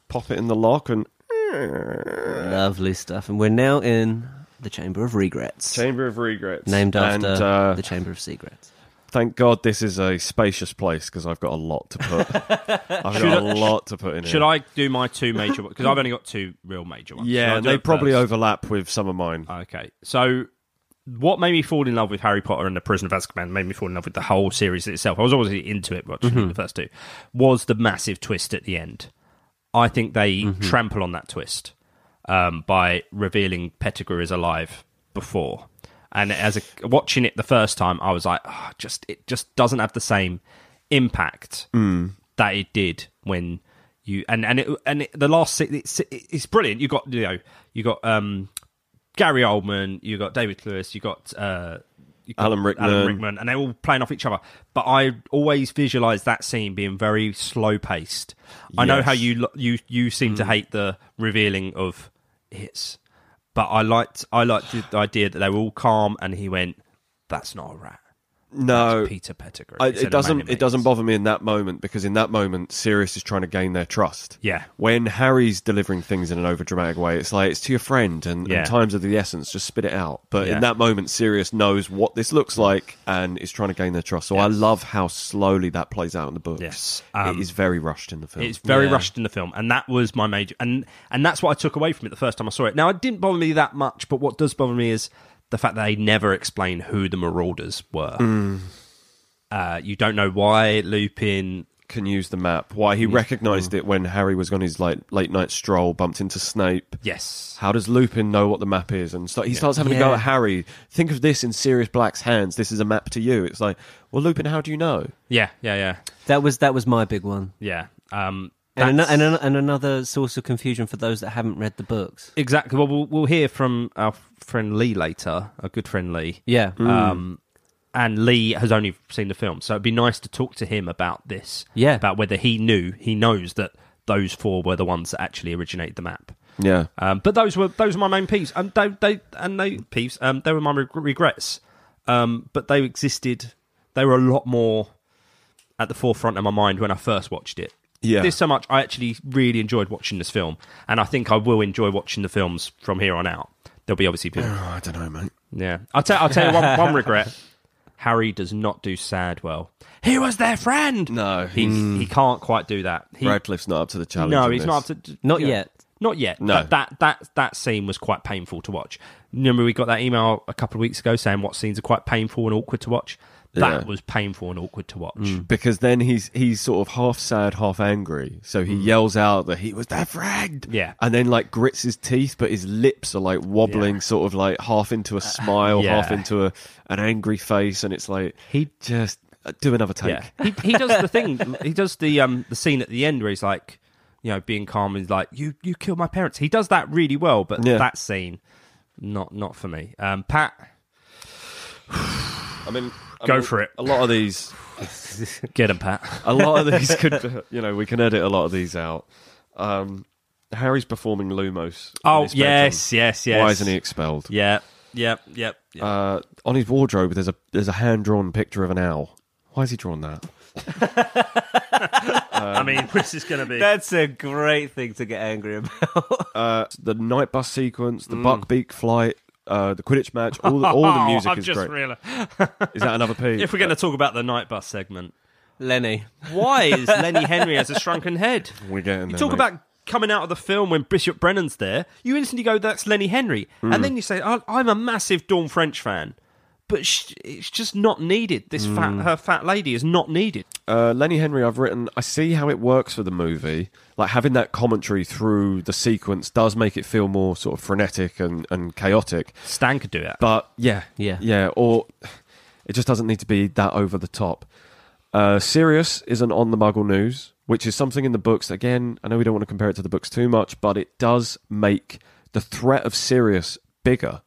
Pop it in the lock and
Lovely stuff. And we're now in the Chamber of Regrets,
Chamber of Regrets.
named after
And, uh,
the Chamber of Secrets.
thank God this is a spacious place because I've got a lot
[LAUGHS]
to put. I've
Should
got a
I-
lot to put in
Should
here.
I do my two major ones? Because I've only got two real major ones. Should I
Yeah,
do
they
it
probably
first? Uh,
overlap with some of mine.
Okay. So, what made me fall in love with Harry Potter and the Prison of Azkaban made me fall in love with the whole series itself. I was obviously into it watching
Mm-hmm.
the first two. Was the massive twist at the end? I think they
Mm-hmm.
trample on that twist um, by revealing Pettigrew is alive before. And as a, watching it the first time, I was like, oh, just it just doesn't have the same impact
Mm.
that it did when you and and it, and it, the last se- it's, it's brilliant. You got you know you got um Gary Oldman, you got David Lewis, you got, uh, you got
Alan Rickman.
and they're all playing off each other. But I always visualize that scene being very slow paced. I know
Yes. Mm.
how you lo- you you seem to hate the revealing of hits, but I liked I liked the the idea that they were all calm and he went, "That's not a rat,
No,
Peter Pettigrew."
Oh, I,
It's an
it doesn't.
anemone."
It doesn't bother me in that moment because in that moment, Sirius is trying to gain their trust.
Yeah.
When Harry's delivering things in an overdramatic way, it's like it's to your friend, and,
Yeah.
and times of the essence, just spit it out. But
Yeah.
in that moment, Sirius knows what this looks like and is trying to gain their trust. So I love how slowly that plays out in the books.
Yes. Um,
it is very rushed in the film.
It's very
Yeah.
rushed in the film, and that was my major and and that's what I took away from it the first time I saw it. Now it didn't bother me that much, but what does bother me is the fact that they never explain who the Marauders were.
Mm.
Uh, you don't know why Lupin.
Can use the map. Why he
Mm.
recognised it when Harry was on his like late night stroll, bumped into Snape.
Yes,
How does Lupin know what the map is? And start, he starts having to go
Yeah.
at Harry. Think of this in Sirius Black's hands. This is a map to you. It's like, well, Lupin, how do you know?
yeah, yeah, yeah,
That was that was my big one.
yeah. Um,
And, an,
that's-
and, an, and another source of confusion for those that haven't read the books.
exactly. Well, well, we'll hear from our friend Lee later, our good friend Lee.
Yeah. Uh,
Um, and Lee has only seen the film, so it'd be nice to talk to him about this.
Yeah.
about whether he knew he knows that those four were the ones that actually originated the map.
Yeah.
Um, but those were those were my main peeves, and they, they and they peeves. Um, they were my reg- regrets, um, but they existed. They were a lot more at the forefront of my mind when I first watched it.
Yeah.
There's so much I actually really enjoyed watching this film, and I think I will enjoy watching the films from here on out. There'll be obviously
[LAUGHS]
people
Oh, I don't know, mate.
yeah, I'll tell I'll tell you one, one regret. Harry does not do sad well. He was their friend.
No.
he he
Hmm.
can't quite do that. He,
Radcliffe's not up to the challenge.
no,
in
he's
this.
not up to
Not
yeah.
yet.
Not yet.
No.
that, that that that scene was quite painful to watch. Remember, we got that email a couple of weeks ago saying what scenes are quite painful and awkward to watch. That
Yeah. Hmm.
was painful and awkward to watch.
Because then he's he's sort of half sad, half angry. So he yells out that he was their friend.
Mm. Yeah.
And then like grits his teeth, but his lips are like wobbling,
Yeah.
sort of like half into a smile,
[LAUGHS] yeah.
half into a an angry face, and it's like
He-
just uh, do another take.
Yeah, he, he does the thing. [LAUGHS] He does the um the scene at the end where he's like, you know, being calm and he's like, "You you killed my parents." He does that really well, but
Yeah.
that scene, not not for me. Um, Pat,
I mean, I
Go
mean, [LAUGHS]
for it.
A lot of these
get him, Pat.
a lot of these could you know we can edit a lot of these out um harry's performing lumos in
Oh
his bedroom.
yes, yes, yes.
why isn't he expelled
Yeah, yep, yep. yep.
uh on his wardrobe there's a there's a hand-drawn picture of an owl why has he drawn that
I mean, [LAUGHS] this is going to be.
That's a great thing to get angry about.
uh the night bus sequence
Mm.
the buckbeak flight uh, the Quidditch match, all the,
[LAUGHS]
all the music
I've
is
Oh, just
great.
realised.
Is
[LAUGHS]
that another piece?
If we're going to talk about the night bus segment,
[LAUGHS] Lenny.
why [LAUGHS] is Lenny Henry has a shrunken
[LAUGHS]
head?
we're getting
You
there,
talk
mate.
about coming out of the film when Bishop Brennan's there, you instantly go, "That's Lenny Henry,"
Mm.
and then you say, oh, "I'm a massive Dawn French fan." But sh- it's just not needed. This
Mm.
fat, her fat lady is not needed.
uh, Lenny Henry, I've written, I see how it works for the movie. Like having that commentary through the sequence does make it feel more sort of frenetic and, and chaotic.
Stan could do it.
But yeah,
Yeah.
yeah. Or it just doesn't need to be that over the top. Uh, Sirius isn't on the Muggle news. which is something in the books. Again, I know we don't want to compare it to the books too much, but it does make the threat of Sirius bigger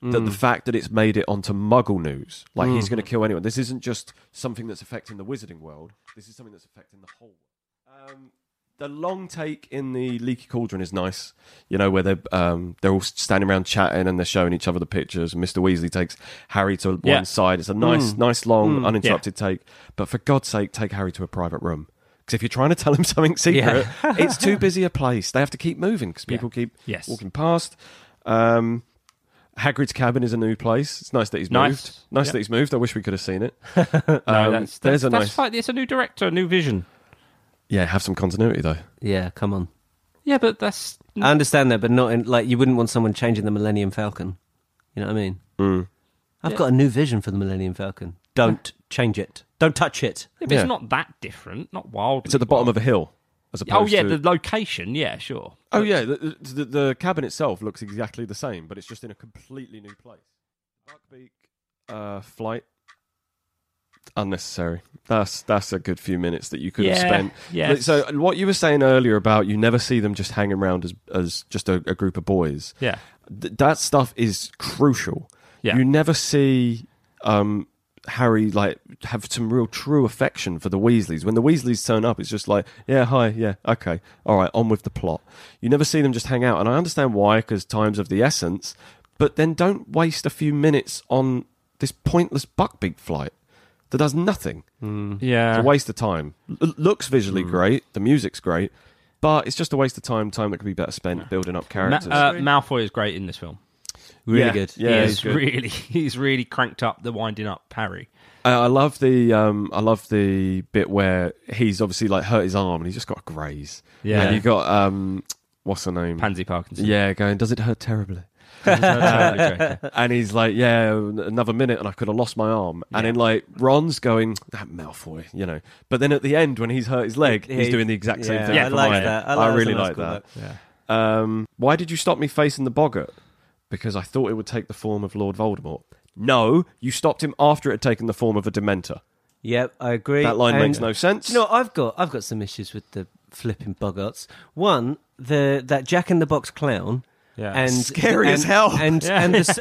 than
Mm.
the fact that it's made it onto Muggle news. Like he's going to kill anyone. This isn't just something that's affecting the Wizarding world. This is something that's affecting the whole. world. Um, the long take in the Leaky Cauldron is nice. You know where they're um, they're all standing around chatting and they're showing each other the pictures. Mr. Weasley takes Harry to one
Yeah.
side. It's a nice, nice long, uninterrupted take. But for God's sake, take Harry to a private room. Because if you're trying to tell him [LAUGHS] something secret, it's too busy a place. They have to keep moving because people keep
Yes.
walking past. Um, Hagrid's cabin is a new place. It's nice that he's
Nice.
moved. Nice
Yeah.
that he's moved. I wish we could have
[LAUGHS]
seen it.
No,
Um,
that's,
there's
that's,
a
that's
nice-
fine. It's a new director, a new vision.
Yeah, have some continuity though.
Yeah, come on.
Yeah, but that's
I understand that, but not in like you wouldn't want someone changing the Millennium Falcon. You know what I mean?
Mm.
I've got a new vision for the Millennium Falcon. Don't change it. Don't touch it.
yeah, but
Yeah.
it's not that different. Not wild.
It's at the bottom of a hill. As
Oh
opposed
yeah,
to,
the location. Yeah, sure.
oh yeah, the, the, the cabin itself looks exactly the same, but it's just in a completely new place. Buckbeak uh, flight unnecessary. That's that's a good few minutes that you could have
Yeah,
spent.
yes.
So what you were saying earlier about you never see them just hanging around as as just a, a group of boys.
Yeah.
th- that stuff is crucial.
Yeah.
You never see um, Harry like have some real true affection for the Weasleys. When the Weasleys turn up, it's just like, yeah, hi, yeah, okay, all right, on with the plot. You never see them just hang out, and I understand why because times of the essence. But then don't waste a few minutes on this pointless buckbeak flight that does nothing.
Yeah.
It's a waste of time. L- looks visually
Hmm.
great, the music's great, but it's just a waste of time. Time that could be better spent building up
Ma-
characters.
uh, Malfoy is great in this film.
Really
Yeah,
good.
yeah.
he
he's
is
good.
really [LAUGHS] he's really cranked up the winding up Harry.
I, I love the um, I love the bit where he's obviously like hurt his arm and he's just got a graze.
Yeah.
and you got um, what's her name?
Pansy Parkinson.
yeah, going. Does it
[LAUGHS]
hurt terribly? And he's like, yeah, an- another minute, and I could have lost my arm. And then like Ron's going, that Malfoy, you know. But then at the end, when he's hurt his leg, he's
He-
doing the exact same
yeah,
thing.
Yeah,
I
for
like
mine.
that. I,
I,
like- that's a
really
nice
like that.
callback.
Um, why did you stop me facing the boggart? Because I thought it would take the form of Lord Voldemort. No, you stopped him after it had taken the form of a Dementor.
Yep, I agree.
That line
And-
makes no sense.
Do you know, what? I've got I've got some issues with the flipping boggarts. One, the that Jack in the Box clown,
Yeah.
and
[LAUGHS] Scary
and-
as hell.
And and the,
[LAUGHS]
s-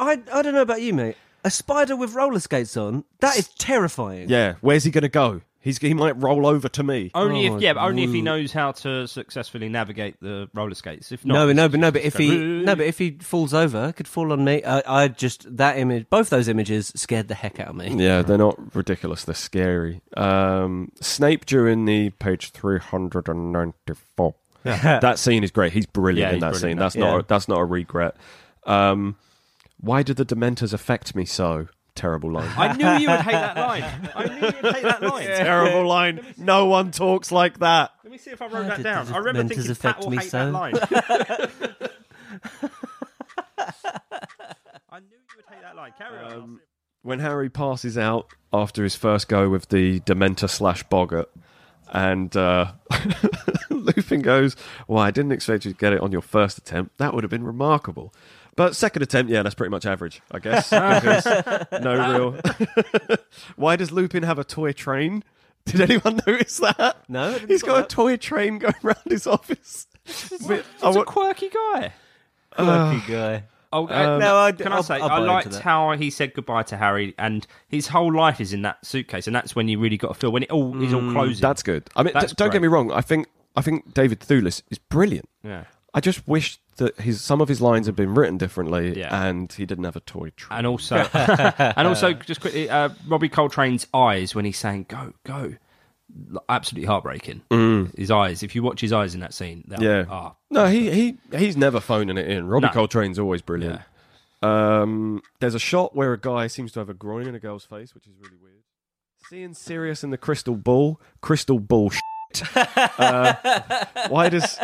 I I don't know about you, mate. A spider with roller skates on that is terrifying.
Yeah, where's he going to go? He's he might roll over to me.
Only
Oh,
if yeah, but only if he
woo.
knows how to successfully navigate the roller skates. If not,
No,
it's
no, but no, but if
just
he
go, "Woo."
no, but if he falls over, could fall on me. I, I just that image, both those images scared the heck out of me.
Yeah, they're not ridiculous. They're scary. Um, Snape during the page three hundred and ninety-four. that scene is great. He's brilliant
Yeah,
in
he's
that
brilliant
scene.
in
That's
that.
not
Yeah.
that's not a regret. Um, why do the Dementors affect me so? Terrible line.
[LAUGHS] I knew you would hate that
[LAUGHS]
line. I knew you'd hate that line.
Terrible line. No one talks like that.
Let me see if I wrote that
did
down.
the
I remember
mentors
thinking
affect
Pat will
me
hate
so?
that
[LAUGHS]
line. [LAUGHS] I knew you would hate that line. Carry on. I'll see if-
when Harry passes out after his first go with the Dementor slash Boggart, and uh, [LAUGHS] Lupin goes, "Well, I didn't expect you to get it on your first attempt. That would have been remarkable." But second attempt, yeah, that's pretty much average,
[LAUGHS]
I guess. because no real. [LAUGHS] Why does Lupin have a toy train? Did anyone [LAUGHS] notice that?
No, I didn't
he's
spot
got a
that.
toy train going [LAUGHS] around his office. I
He's a
wa-
quirky guy.
Quirky guy.
Oh, uh,
no, I-
can I
I'll-
say
I'll
I
buy into
liked
that.
how he said goodbye to Harry, and his whole life is in that suitcase, and that's when you really got to feel when it all is
Mm,
all closing.
That's good. I mean, d-
That's
don't get
great.
me wrong. I think I think David Thewlis is brilliant.
Yeah.
I just wish that his some of his lines had been written differently,
Yeah.
and he didn't have a toy train.
and also
[LAUGHS]
and also just quickly uh, Robbie Coltrane's eyes when he's saying go go L- absolutely heartbreaking
Mm.
his eyes if you watch his eyes in that scene that
yeah.
ah.
no, he he he's never phoning it in. Robbie
No.
Coltrane's always brilliant. Um, there's a shot where a guy seems to have a groin in a girl's face, which is really weird. Seeing Sirius in the crystal ball, crystal ball. shit. uh, why does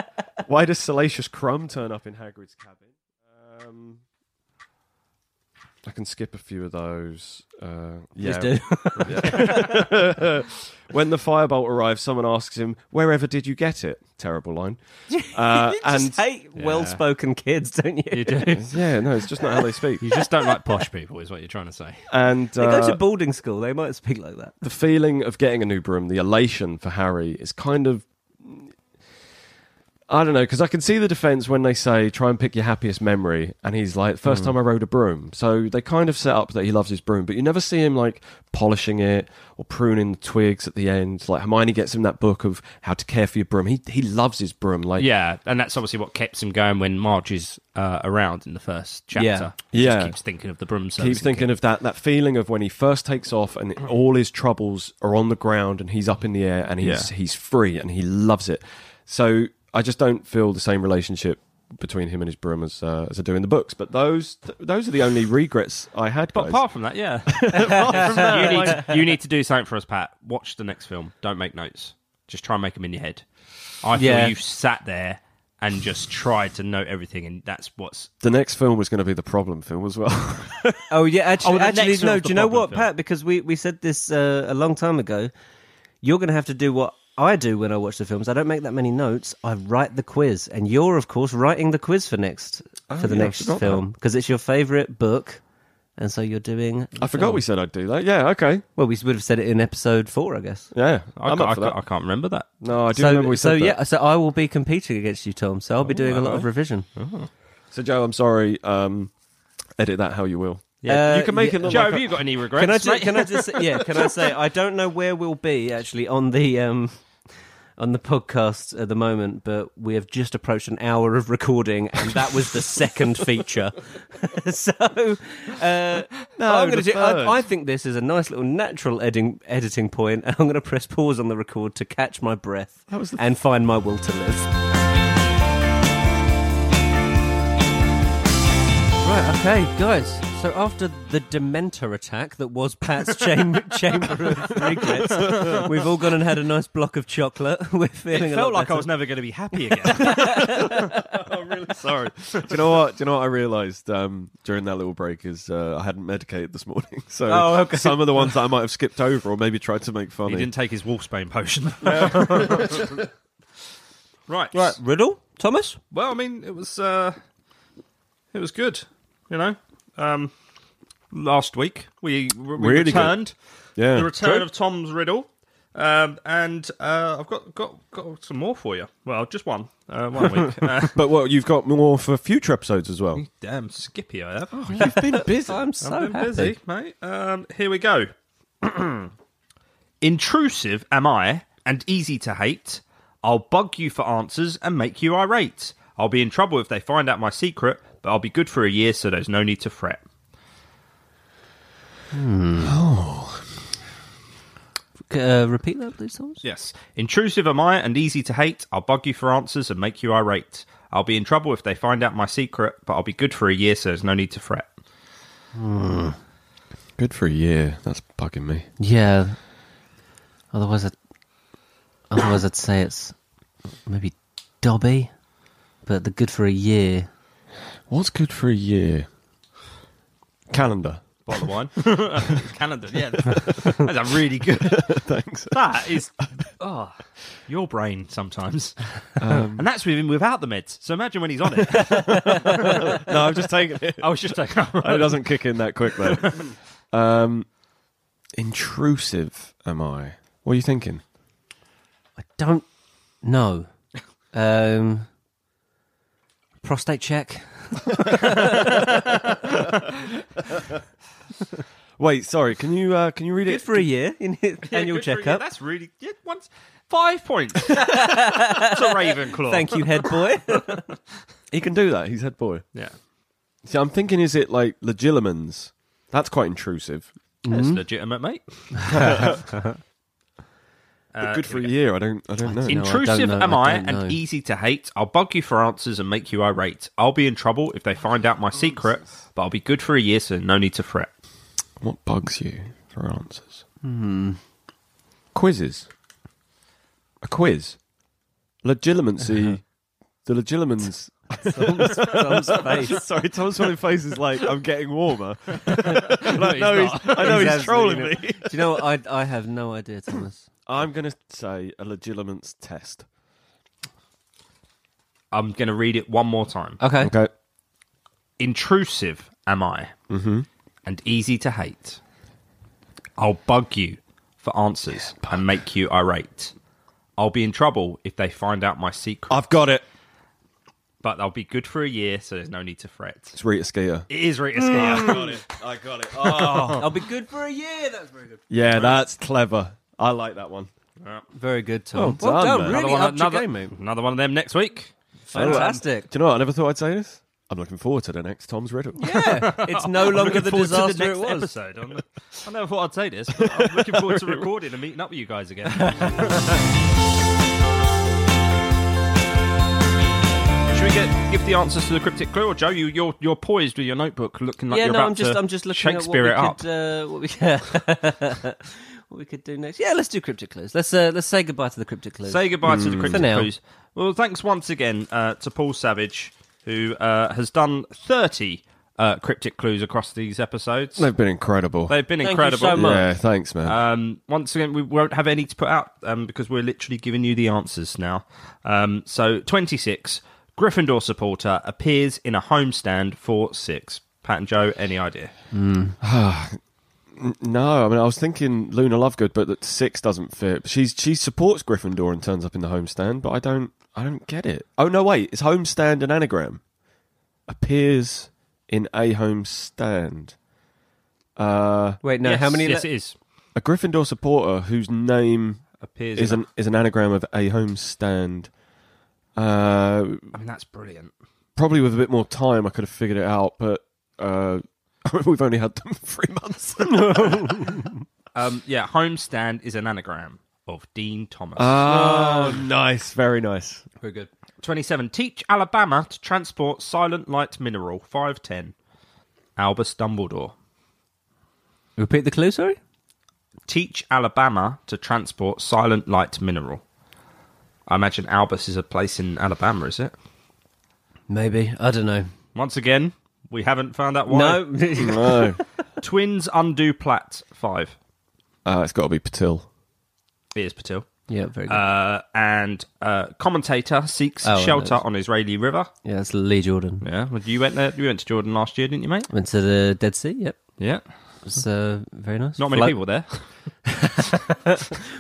why does Salacious Crumb turn up in Hagrid's cabin? Um, I can skip a few of those. Uh,
Please
yeah.
do.
Yeah. when the firebolt arrives, someone asks him, "Wherever did you get it?" Terrible
[LAUGHS]
line. Uh,
you
and
just hate well-spoken kids, don't you?
You do. [LAUGHS]
yeah, no, it's just not how they speak.
You just don't like posh people, is what you're trying to say.
And
They go
uh,
to boarding school. They might speak like that.
the feeling of getting a new broom, the elation for Harry is kind of. I don't know, because I can see the defense when they say, try and pick your happiest memory. And he's like, first time I rode a broom. So they kind of set up that he loves his broom, but you never see him like polishing it or pruning the twigs at the end. Like Hermione gets him that book of how to care for your broom. He, he loves his broom. Like,
Yeah, and that's obviously what keeps him going when Marge is uh, around in the first chapter.
Yeah.
He just
Yeah.
keeps thinking of the broom service.
keep thinking of that that feeling of when he first takes off and all his troubles are on the ground and he's up in the air and he's
Yeah.
he's free and he loves it. So I just don't feel the same relationship between him and his broom as uh, as I do in the books. But those th- those are the only regrets I had.
But
guys.
apart from that, [LAUGHS] yeah, you, need to, you need to do something for us, Pat. Watch the next film. Don't make notes. Just try and make them in your head. I feel
Yeah.
you sat there and just tried to note everything, and that's what's
the next film was going to be the problem film as well. [LAUGHS]
Oh yeah,
Oh,
actually,
the
actually
next
no.
one's
Do
the
you know
problem
what,
film.
Pat? Because we we said this uh, a long time ago. You're going to have to do what I do when I watch the films. I don't make that many notes. I write the quiz, and you're of course writing the quiz for next for the
Oh, yeah, I
next
forgot
film because it's your favorite book, and so you're doing.
I forgot we said I'd do that. Yeah, okay,
Well, we would have said it in episode four, I guess.
yeah,
I,
I'm
ca-
up
I,
for
ca-
that.
I can't remember that.
no, I do
so,
remember we
so
said that. Oh,
yeah, so I will be competing against you, Tom. So I'll be doing a lot of revision.
So Joe, I'm sorry. Um, edit that how you will.
Yeah. Uh,
you can make it
yeah.
look
Joe,
like
have
I-
you got any regrets?
Can I just,
mate?
can I just yeah? Can I say I don't know where we'll be actually on the um on the podcast at the moment, but we have just approached an hour of recording, and that was the second feature. [LAUGHS] so uh, I'm going to
the
do. I-
third.
I, think this is a nice little natural editing editing point. and I'm going to press pause on the record to catch my breath
That was the
and find my will to live.
Um,
Right, okay, guys. So after the Dementor attack that was
[LAUGHS]
Pat's chamber, chamber of regrets, we've all gone and had a nice block of chocolate. [LAUGHS] We're feeling
It
a
felt
lot
like I
better.
was never going to be
[LAUGHS]
happy again. I'm really sorry.
do you know what? Do you know what I realised um, during that little break is uh, I hadn't medicated this morning, [LAUGHS] so
Oh, okay.
some of the ones that I might have skipped over or maybe tried to make
He
funny.
didn't take his wolfsbane potion. [LAUGHS] right.
Right, Riddle, Thomas.
Well, I mean, it was uh, it was good. You know, um, last week we, we
Really good.
returned
Yeah,
the return of Tom's riddle, um, and uh, I've got got got some more for you. Well, just one, uh, one
[LAUGHS]
week. Uh,
but what you've got more for future episodes as well.
damn Skippy, I have.
[LAUGHS]
You've been busy.
I'm so
I've been
happy.
busy, mate. Um, here we go. [CLEARS THROAT] Intrusive am I and easy to hate. I'll bug you for answers and make you irate. I'll be in trouble if they find out my secret, but I'll be good for a year, so there's no need to fret.
Uh, repeat that, please, Thomas.
Yes. Intrusive am I and easy to hate. I'll bug you for answers and make you irate. I'll be in trouble if they find out my secret, but I'll be good for a year, so there's no need to fret.
Good for a year. That's bugging me.
Yeah. Otherwise, I'd, otherwise I'd say it's maybe Dobby, but the good for a year.
What's good for a year? Calendar.
Bottle of
[LAUGHS]
wine. Canada, yeah. That's a really good.
Thanks.
That is, oh, your brain sometimes,
Um,
and that's with him without the meds. So imagine when he's
[LAUGHS]
on it.
No, I'm just taking it. [LAUGHS]
I was just like, oh,
It doesn't kick in that quick though. [LAUGHS] Um, intrusive. Am I? What are you thinking?
I don't know. [LAUGHS] Um, prostate check.
Wait, sorry. Can you uh, can you read
Good
it?
for a year in
[LAUGHS]
his annual
good for you.
checkup.
That's really yeah, once five points. That's a Ravenclaw. [LAUGHS]
Thank you, head boy.
He can do that. He's head boy.
Yeah,
See, I'm thinking, is it like legilimens? That's quite intrusive.
Mm-hmm.
that's legitimate, mate.
but good for a year. I don't. I don't know.
No, I don't
Intrusive
know,
am
I
I,
don't know.
and easy to hate. I'll bug you for answers and make you irate. I'll be in trouble if they find out my secret, but I'll be good for a year, so no need to fret.
what bugs you for answers? Hmm. Quizzes. Uh-huh. A quiz. Legitimacy. the legilimens.
Tom's, Tom's face.
[LAUGHS] Sorry, Tom's smiling face is like I'm getting warmer.
no, he's
no, he's,
not.
I know he's,
absolutely
trolling
not.
me.
Do you know what? I, I have no idea, Thomas.
[LAUGHS] I'm gonna say a legilimens test.
I'm going to read it one more time.
Okay.
Okay.
Intrusive am I,
Mm-hmm.
and easy to hate. I'll bug you for answers and make you irate. I'll be in trouble if they find out my
Oh.
secret,
I've got it.
but I'll be good for a year, so there's no need to fret.
It's Rita Skeeter.
It is
Hmm.
Rita Skeeter.
got it. I got it. Oh.
I'll be good for a year. That's very good.
[LAUGHS] yeah, that's clever. I like that one.
Very good, Tom.
Well done, man.
Really
one,
upped your
another,
game, mate.
another one of them next week.
Fantastic.
Do you know what? I never thought I'd say this. I'm looking forward to the next Tom's riddle.
Yeah, it's no longer
[LAUGHS] Looking
the
forward to
disaster
next
it was.
Episode. I'm- I never thought I'd say this, but I'm looking forward
[LAUGHS]
to recording and meeting up with you guys again. Should we get give the answers to the cryptic clue, or Joe? You, you're you're poised with your notebook, looking like
yeah,
you're
no,
about
I'm just,
to
I'm just looking at what we
Shakespeare it
could,
up.
uh, what we, [LAUGHS] what we could do next. Yeah, let's do cryptic clues. Let's, uh, let's say goodbye to the cryptic clues.
Say goodbye to the cryptic
uh, Mm. now.
clues. Well, thanks once again uh, to Paul Savage, who uh, has done 30 uh, cryptic clues across these episodes.
[LAUGHS] They've been incredible.
They've been
Thank you
incredible.
so much.
yeah, thanks, man.
Um, once again, we won't have any to put out um, because we're literally giving you the answers now. Um, so, 26, Gryffindor supporter appears in a homestand for six. Pat and Joe, any idea?
no, I mean, I was thinking Luna Lovegood, but that six doesn't fit. She's she supports Gryffindor and turns up in the homestand, but I don't, I don't get it. Oh no, wait, it's homestand an anagram? Appears in a homestand. Uh,
Wait, no,
yes,
how many?
Yes,
le-
it is.
a Gryffindor supporter whose name
Appears
is
in a-
an is an anagram of a homestand. Uh,
I mean, that's brilliant.
probably with a bit more time, I could have figured it out, but uh, [LAUGHS] we've only had them [LAUGHS] three months.
Um, yeah, homestand is an anagram of Dean Thomas.
Ah.
oh, nice, very [LAUGHS] nice.
Very good.
27, teach Alabama to transport silent light mineral. 510, Albus Dumbledore.
Repeat the clue, sorry?
teach Alabama to transport silent light mineral. I imagine Albus is a place in Alabama, is it?
Maybe. I don't know.
Once again, we haven't found out why.
No. [LAUGHS]
No,
Twins undo plat five.
uh, it's got to be Patil.
It is Patil.
yeah, very good.
Uh, and uh, commentator seeks
Oh, I know
shelter
this.
on Israeli river.
yeah, that's Lee Jordan.
Yeah, well, you went there. You went to Jordan last year, didn't you, mate?
Went to the Dead Sea, yep.
Yeah,
It was uh, very nice.
not many
Float-
people [LAUGHS] there.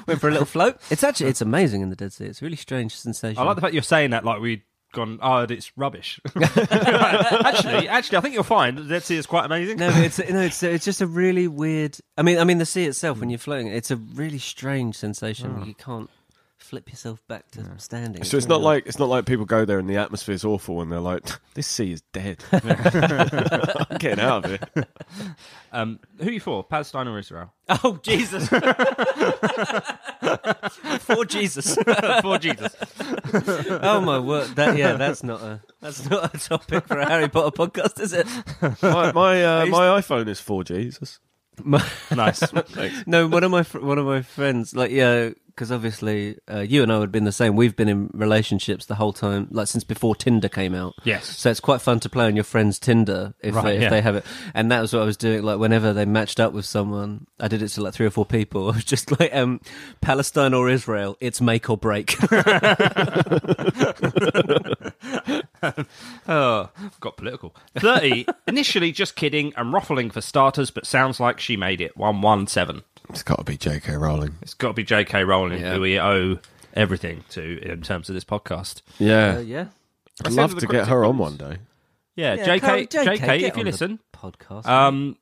Went for a little float. It's actually, it's amazing in the Dead Sea. It's a really strange sensation.
I like the fact you're saying that like we'd gone. Oh, it's rubbish. [LAUGHS] actually, actually, I think you'll find the Dead Sea is quite amazing.
No, but it's no, it's it's just a really weird. I mean, I mean the sea itself
Hmm.
when you're floating, it's a really strange sensation. You can't flip yourself back to standing.
So it's not like it's not like people go there and the atmosphere's awful and they're like, [LAUGHS] "This sea is [LAUGHS] dead." I'm getting out of it.
Um, who are you for, Palestine or Israel?
[LAUGHS] oh Jesus, [LAUGHS] for
[LAUGHS]
Jesus.
[LAUGHS] for Jesus.
Oh my word! That yeah, that's not a that's not a topic for a Harry Potter podcast, is it?
My my, uh, my iPhone is 4G. Jesus.
My-
Nice.
no, one of my fr- one of my friends, like yeah, because obviously uh, you and I would have been the same. We've been in relationships the whole time, like since before Tinder came out.
Yes.
so it's quite fun to play on your friend's Tinder if
Right,
they, if
yeah.
they have it. And that was what I was doing. Like whenever they matched up with someone, I did it to like three or four people. [LAUGHS] I was just like, um, Palestine or Israel, it's make or break.
[LAUGHS] Uh, Oh, got political. [LAUGHS] 30. Initially just kidding and ruffling for starters, but sounds like she made it. 117.
It's got to be J.K. Rowling.
It's got to be J.K. Rowling,
Yeah.
who we owe everything to in terms of this podcast.
Yeah,
Uh, yeah.
I'd
Let's end
love to
with the
get her
cryptic
on
clues.
one day.
Yeah,
Yeah,
J.K.
come-
J.K.
get
if you
on the
listen.
podcast.
Um,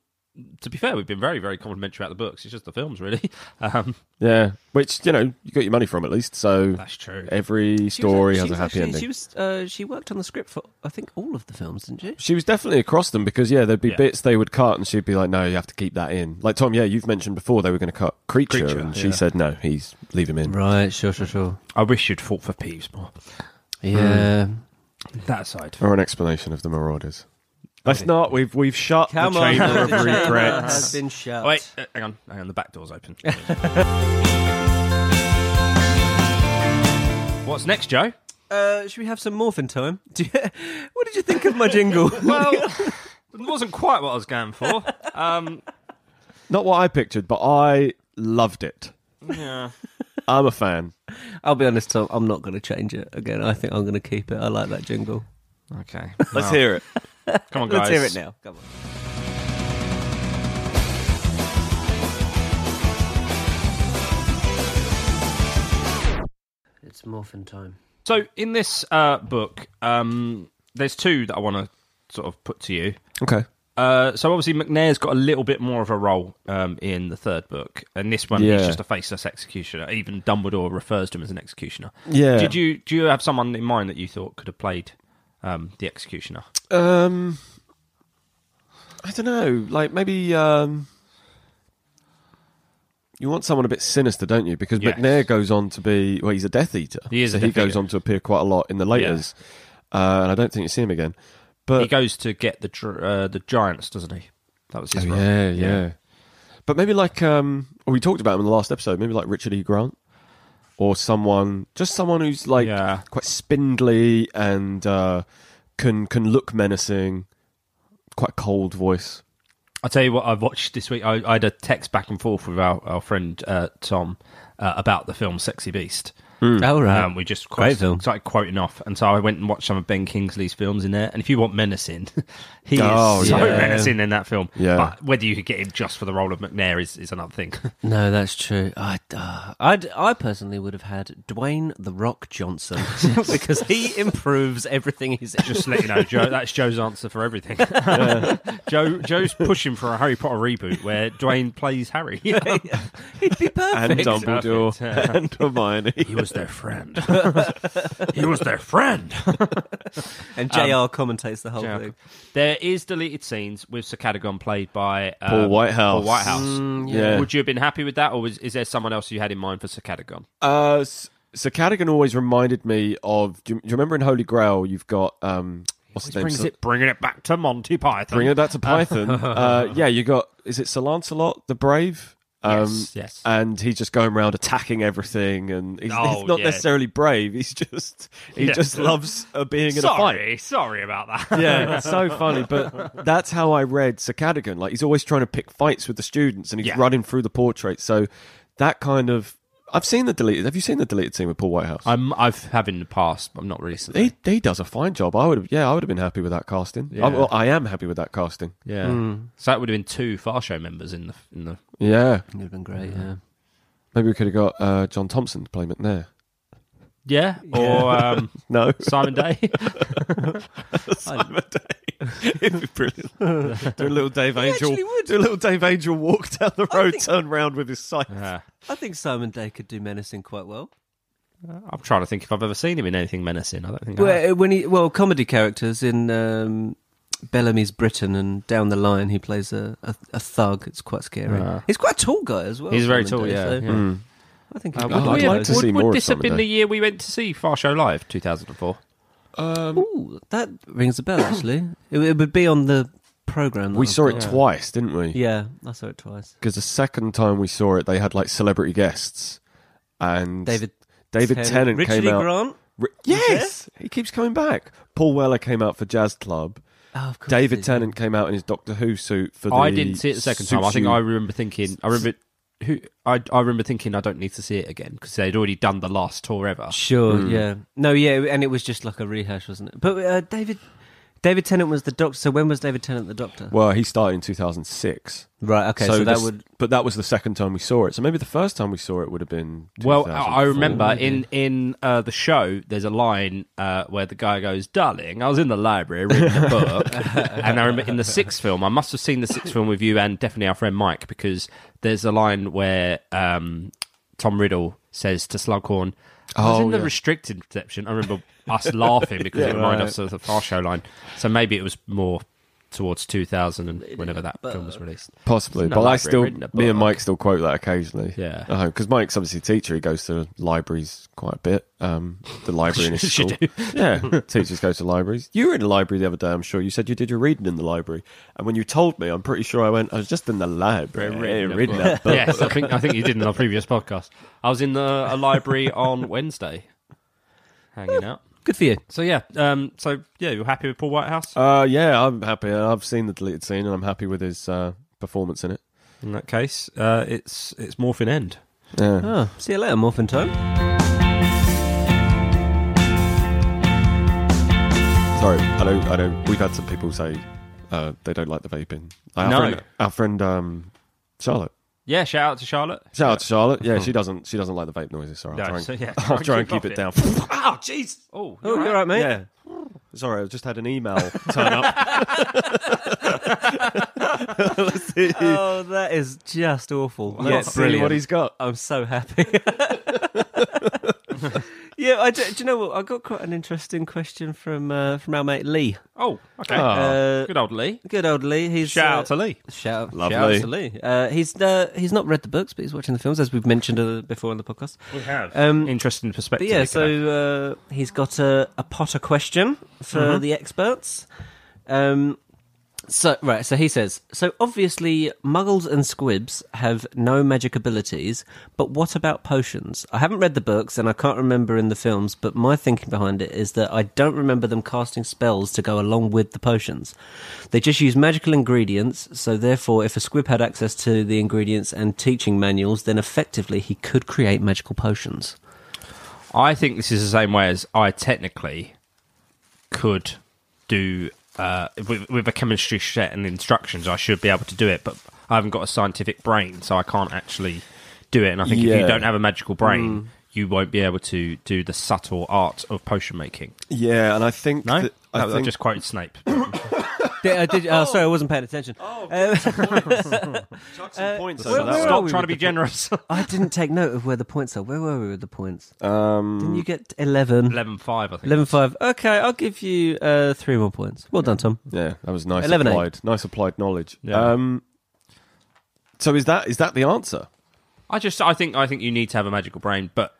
to be fair, we've been very, very complimentary about the books. It's just the films, really. [LAUGHS] Um,
Yeah, which you know you got your money from at least. So
that's true.
every
She was-
story
she
has a
was
happy
actually-
ending.
She was uh, she worked on the script for I think all of the films, didn't she?
She was definitely across them because yeah, there'd be
Yeah.
bits they would cut, and she'd be like, "No, you have to keep that in." Like Tom, yeah, you've mentioned before they were going to cut creature,
Creature,
and she
yeah.
said, "No, he's leave him in."
Right, sure, sure, sure.
I wish you'd fought for Peeves more. Hmm.
Yeah.
That side.
Or an explanation of the Marauders. That's not. We've we've shut
Come
the
on,
chamber
the [LAUGHS]
of
chamber
regrets.
has been shut.
Wait, uh, hang on, hang on. The back door's open. What's next, Joe?
Uh, should we have some morphin time? [LAUGHS] Do you, what did you think of my [LAUGHS] jingle?
Well, it wasn't quite what I was going for. Um,
Not what I pictured, but I loved it.
yeah.
I'm a fan.
I'll be honest, Tom. I'm not going to change it again. I think I'm going to keep it. I like that jingle.
Okay.
Let's
Well,
hear it.
Come on, guys.
Let's hear it now. Come on. It's morphin time.
So in this uh, book, um, there's two that I want to sort of put to you.
Okay.
Uh, so obviously McNair's got a little bit more of a role um, in the third book, and this one he's
Yeah.
just a faceless executioner. Even Dumbledore refers to him as an executioner.
Yeah.
Did you do you have someone in mind that you thought could have played um, the executioner?
Um, I don't know. Like maybe um, you want someone a bit sinister, don't you? Because
Yes.
McNair goes on to be well, he's a Death Eater.
He is
So
a
he
Death
goes
Eater.
on to appear quite a lot in the later's, uh, and I don't think you see him again. But
he goes to get the dr- uh, the giants, doesn't he? That was his
Oh,
role.
yeah, yeah. But maybe like um, we talked about him in the last episode. Maybe like Richard E. Grant or someone, just someone who's like
Yeah.
quite spindly and uh, can can look menacing. Quite cold voice.
I'll tell you what I've watched this week. I, I had a text back and forth with our, our friend uh, Tom uh, about the film Sexy Beast.
All
Uh,
right.
Um, we just
Great
quite,
film.
started quoting off, and so I went and watched some of Ben Kingsley's films in there. And if you want menacing, [LAUGHS] he
Oh,
is so
yeah.
menacing in that film.
Yeah.
But whether you could get him just for the role of McNair is, is another thing. [LAUGHS]
No, that's true. I, uh, I'd, I personally would have had Dwayne the Rock Johnson [LAUGHS] because he improves everything he's in.
just to let you know, Joe, that's Joe's answer for [LAUGHS] everything. Joe Joe's pushing for a Harry Potter reboot where Dwayne plays [LAUGHS] Harry.
He'd be
[LAUGHS] And
perfect.
Dumbledore
Perfect.
[LAUGHS] and Hermione.
He was their friend. he was their [LAUGHS] friend.
And Jr. commentates the whole
Yeah.
thing.
There is deleted scenes with Sir Cadogan played by um,
Paul Whitehouse.
Paul Whitehouse.
yeah.
Would you have been happy with that, or was, is there someone else you had in mind for Sir Cadogan?
Uh, S- Sir Cadogan always reminded me of. Do you, do you remember in Holy Grail? You've got um, what's his name?
Brings
Sir-
it, bringing it back to Monty Python.
Bring it back
[LAUGHS]
to Python. uh, yeah, you got is it Sir Lancelot the Brave? Um,
Yes, yes.
And he's just going around attacking everything, and he's,
Oh,
he's not
yeah.
necessarily brave. He's just he
Yeah.
just loves uh, being in a fight.
sorry, sorry about that.
Yeah, it's so funny, but that's how I read Sir Cadogan. Like he's always trying to pick fights with the students, and he's
Yeah.
running through the portrait. So that kind of I've seen the deleted. Have you seen the deleted scene with Paul Whitehouse?
[LAUGHS] I'm, I've have in the past, but I'm not recently.
he, he does a fine job. I would have, yeah, I would have been happy with that casting. I, well, I am happy with that casting.
Yeah. So that would have been two Far Show members in the in the.
Yeah,
It'd have been great, yeah.
maybe we could have got uh, John Thompson to play McNair.
Yeah. Or um,
No.
Simon Day.
It'd be brilliant. [LAUGHS] do a little Dave Angel.
actually would.
Do a little Dave Angel walk down the road,
think-
turn round with his scythe.
[LAUGHS] Yeah.
I think Simon Day could do menacing quite well.
I'm trying to think if I've ever seen him in anything menacing. I don't think. I have.
Well, uh, when he well comedy characters in um, Bellamy's Britain and Down the Line, he plays a, a, a thug. It's quite scary.
Yeah.
He's quite a tall guy as well.
He's very
Simon
tall.
Day,
Yeah.
so
yeah.
Hmm.
I think.
Uh,
He
would
could
I'd
we
do
have-
like to
those.
would-
see
would
more of
this have
Simon
been
Day.
the year we went to see Far Show Live 2004?
Um,
Ooh, that rings a bell. Actually, it, it would be on the program.
We saw it twice, didn't we?
Yeah, I saw it twice.
Because the second time we saw it, they had like celebrity guests, and
David
David Tennant
Richard
came
E.
out.
Grant.
Ri- yes, he keeps coming back. Paul Weller came out for Jazz Club.
Oh, of course he
David
did.
Tennant came out in his Doctor Who suit for the.
I didn't see it the second time. I think
Suit
I
Suit-
remember thinking. I remember who. I I remember thinking I don't need to see it again because they'd already done the last tour ever.
Sure. Yeah. No. Yeah. And it was just like a rehash, wasn't it? But uh, David, David Tennant was the doctor. So when was David Tennant the doctor?
Well, he started in 2006.
Right. Okay. So, that
this-
would.
But that was the second time we saw it. So maybe the first time we saw it would have been.
Well, I I
2004.
remember in in uh, the show, there's a line uh, where the guy goes, "Darling, I was in the library reading a
[LAUGHS]
book," and I remember in the sixth film, I must have seen the sixth film with you and definitely our friend Mike because there's a line where um, Tom Riddle says to Slughorn, "I was
Oh,
in the
yeah.
restricted section." I remember us laughing because it reminded us of the Far Show line. So maybe it was more towards 2000 and whenever that film was released.
Possibly,
in a
but I
library
still,
reading a
me and
book.
Mike still quote that occasionally.
Yeah.
because Mike's obviously a teacher. He goes to libraries quite a bit. Um,
[LAUGHS]
the library in his
Should
school. Yeah, teachers go to libraries. You were in the library the other day. I'm sure you said you did your reading in the library, and when you told me, I'm pretty sure I went. I was just in the library reading, a book.
yes, I think I think you did in our previous podcast. I was in the, a library on Wednesday, hanging out.
Good for you.
So yeah, um, so yeah, you're happy with Paul Whitehouse? [LAUGHS]
Uh, yeah, I'm happy. I've seen the deleted scene, and I'm happy with his uh, performance in it.
In that case, uh, it's it's Morphin End.
Yeah.
Oh, see you later, Morphin Toad.
Sorry, I don't. I don't. We've had some people say uh, they don't like the vaping. Our
No.
friend, our friend um, Charlotte.
Yeah, shout out to Charlotte.
Shout out to Charlotte. Yeah, she doesn't. She doesn't like the vape noises. Sorry, I'll
No,
try and,
so, yeah,
[LAUGHS] I'll try and keep it down.
off
oh, jeez.
Oh,
Oh, you're right, mate.
Yeah. [LAUGHS] Sorry, I just had an email [LAUGHS] turn up.
Oh, that is just awful.
Let's see what he's got.
I'm so happy. [LAUGHS] yeah, I do, do you know what? I got quite an interesting question from uh, from our mate Lee.
Oh, okay.
Oh.
Uh,
Good old Lee.
Good old Lee. He's
Shout
uh,
out to Lee.
Shout,
Lovely.
shout out to Lee. Uh, he's uh, he's not read the books, but he's watching the films as we've mentioned uh, before on the podcast.
We have
Um,
interesting
But
perspective.
yeah,
they could have.
so uh, he's got a, a Potter question for the experts. Um, so right, so he says, so obviously muggles and squibs have no magic abilities, but what about potions? I haven't read the books and I can't remember in the films, but my thinking behind it is that I don't remember them casting spells to go along with the potions. They just use magical ingredients, so therefore if a squib had access to the ingredients and teaching manuals, then effectively he could create magical potions.
I think this is the same way as I technically could do uh, with, with a chemistry set and instructions. I should be able to do it, but I haven't got a scientific brain, so I can't actually do it. And I think if
Yeah. Mm.
you don't have a magical brain, you won't be able to do the subtle art of potion making.
Yeah, and I think
No,
that-
No,
I
I
think
just quoted
[COUGHS]
Snape.
Did, uh, did, oh, sorry, I wasn't paying attention.
chuck
where-
some points over
where
that
are
Stop
we
trying
with
to be
the-
[LAUGHS]
generous. [LAUGHS]
I didn't take note of where the points are. Where were we with the points?
one. Um,
Didn't you get 11?
11 5, I think.
11 5. Okay, I'll give you uh, three more points. Well done, Tom.
yeah, that was nice.
11, eight.
applied. Nice applied knowledge.
Yeah.
Um, so is that is that the answer?
I just, I think, I think you need to have a magical brain, but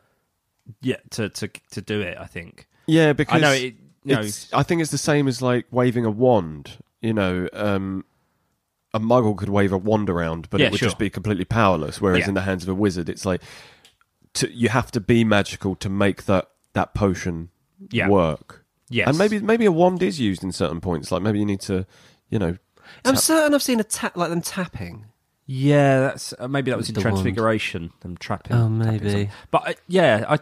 yeah, to, to, to do it, I think.
Yeah, because
I know it. You know,
it's, I think it's the same as like waving a wand. You know, um, a muggle could wave a wand around, but
Yeah,
it would
sure.
just be completely powerless. Whereas
Yeah.
in the hands of a wizard, it's like to, you have to be magical to make that that potion
Yeah.
work.
Yes.
and maybe maybe a wand is used in certain points. Like maybe you need to, you know,
I'm certain I've seen a tap, like them tapping.
Yeah, that's uh, maybe that was in
the wand.
Transfiguration. Them trapping.
Oh,
tapping
maybe.
something. But uh, yeah, I,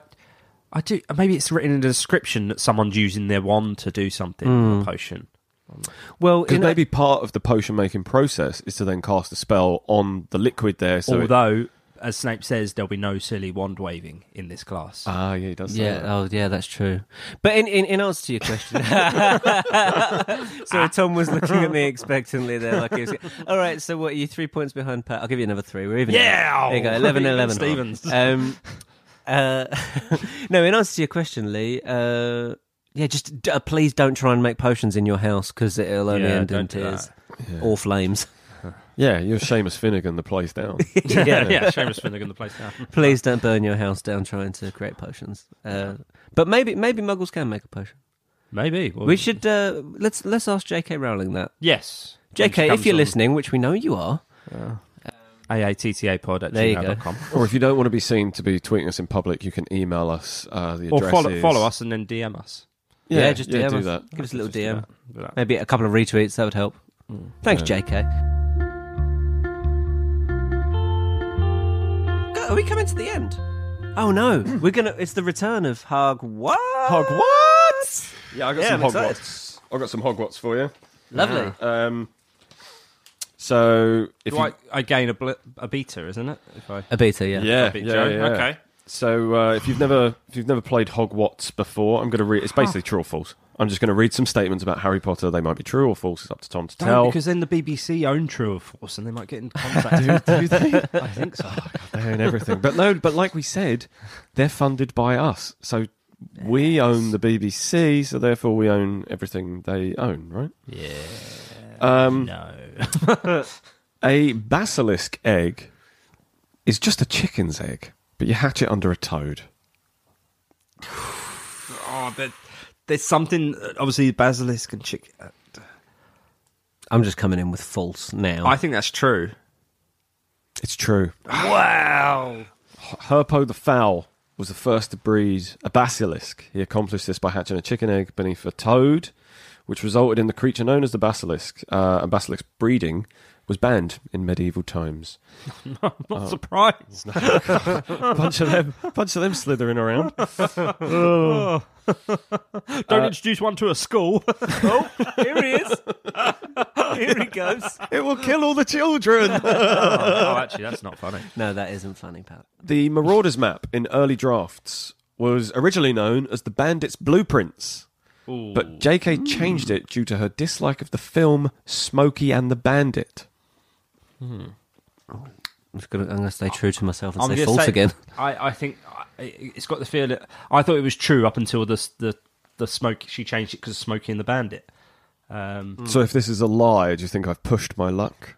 I do. Maybe it's written in the description that someone's using their wand to do something. with A potion.
Well,
because
you know,
maybe part of the potion making process is to then cast a spell on the liquid there. So it-
Although, as Snape says, there'll be no silly wand waving in this class. [LAUGHS]
ah, yeah, he does. say
Yeah,
that.
oh, yeah, that's true. But in, in, in answer to your question, [LAUGHS] sorry, Tom was looking at me expectantly there. Like, he was, all right, so what are you three points behind Pat? I'll give you another three. We're even.
Yeah!
There you go, 11
Even
11.
Stevens.
Um, uh, [LAUGHS] no, in answer to your question, Lee, uh, yeah, just d- uh, please don't try and make potions in your house because it'll only
Yeah,
end in
don't do
tears or flames. [LAUGHS]
yeah, you're Seamus Finnegan, the place down.
yeah, yeah. Seamus Finnegan, the place now.
Please don't burn your house down trying to create potions. Uh, but maybe maybe muggles can make a potion.
Maybe well,
We should uh, let's let's ask J.K. Rowling that.
Yes.
J.K., if
listening,
you're listening, which we know you are,
aatta pod at
There you
gmail dot com.
Or if you don't want to be seen to be tweeting us in public, you can email us uh, the
or
address.
follow
is-
follow us and then DM us.
yeah, just DM
do
us.
that.
Give us a little
Just do
DM,
that. Do that.
maybe a couple of retweets. That would help. Thanks, J.K. Go- Are we coming to the end? Oh no, we're gonna. It's the return of Hog. What?
Hogwarts. Yeah, I got
Yeah,
some
I'm
Hogwarts. I got some Hogwarts for you.
Lovely.
Um, so if
Do
you,
I, I gain a, bl- a beta, isn't it? If I
A beta, yeah.
yeah,
Big
yeah,
Joe.
yeah.
Okay.
So uh, if you've never if you've never played Hogwarts before, I'm going to read. It's basically true or false. I'm just going to read some statements about Harry Potter. They might be true or false. It's up to Tom to
Don't,
tell.
because then the BBC own True or False, and they might get in contact.
do they?
[LAUGHS] I think so.
they own everything. But no, but like we said, they're funded by us. So we own the BBC, so therefore we own everything they own, right?
Yeah.
Um,
No.
a basilisk egg is just a chicken's egg, but you hatch it under a toad.
Oh, but there's something. Obviously, basilisk and chick.
I'm just coming in with false now.
I think that's true.
It's true.
Wow.
Herpo the fowl was the first to breed a basilisk. He accomplished this by hatching a chicken egg beneath a toad, which resulted in the creature known as the basilisk. Uh, and basilisk breeding was banned in medieval times.
I'm not surprised.
bunch of them, bunch of them slithering around.
Don't introduce one to a school.
Oh, here he is. here he goes.
It will kill all the children.
oh, actually, that's not funny.
No, that isn't funny, Pat.
The Marauders map in early drafts was originally known as the Bandits Blueprints, but JK changed it due to her dislike of the film Smokey and the Bandit.
I'm just gonna, I'm gonna stay true to myself and
I'm
say
just
false
saying-
again. [LAUGHS]
I, I think I- it's got the feel that I thought it was true up until the the the smoke. She changed it because of Smokey and the Bandit. Um,
So if this is a lie, do you think I've pushed my luck?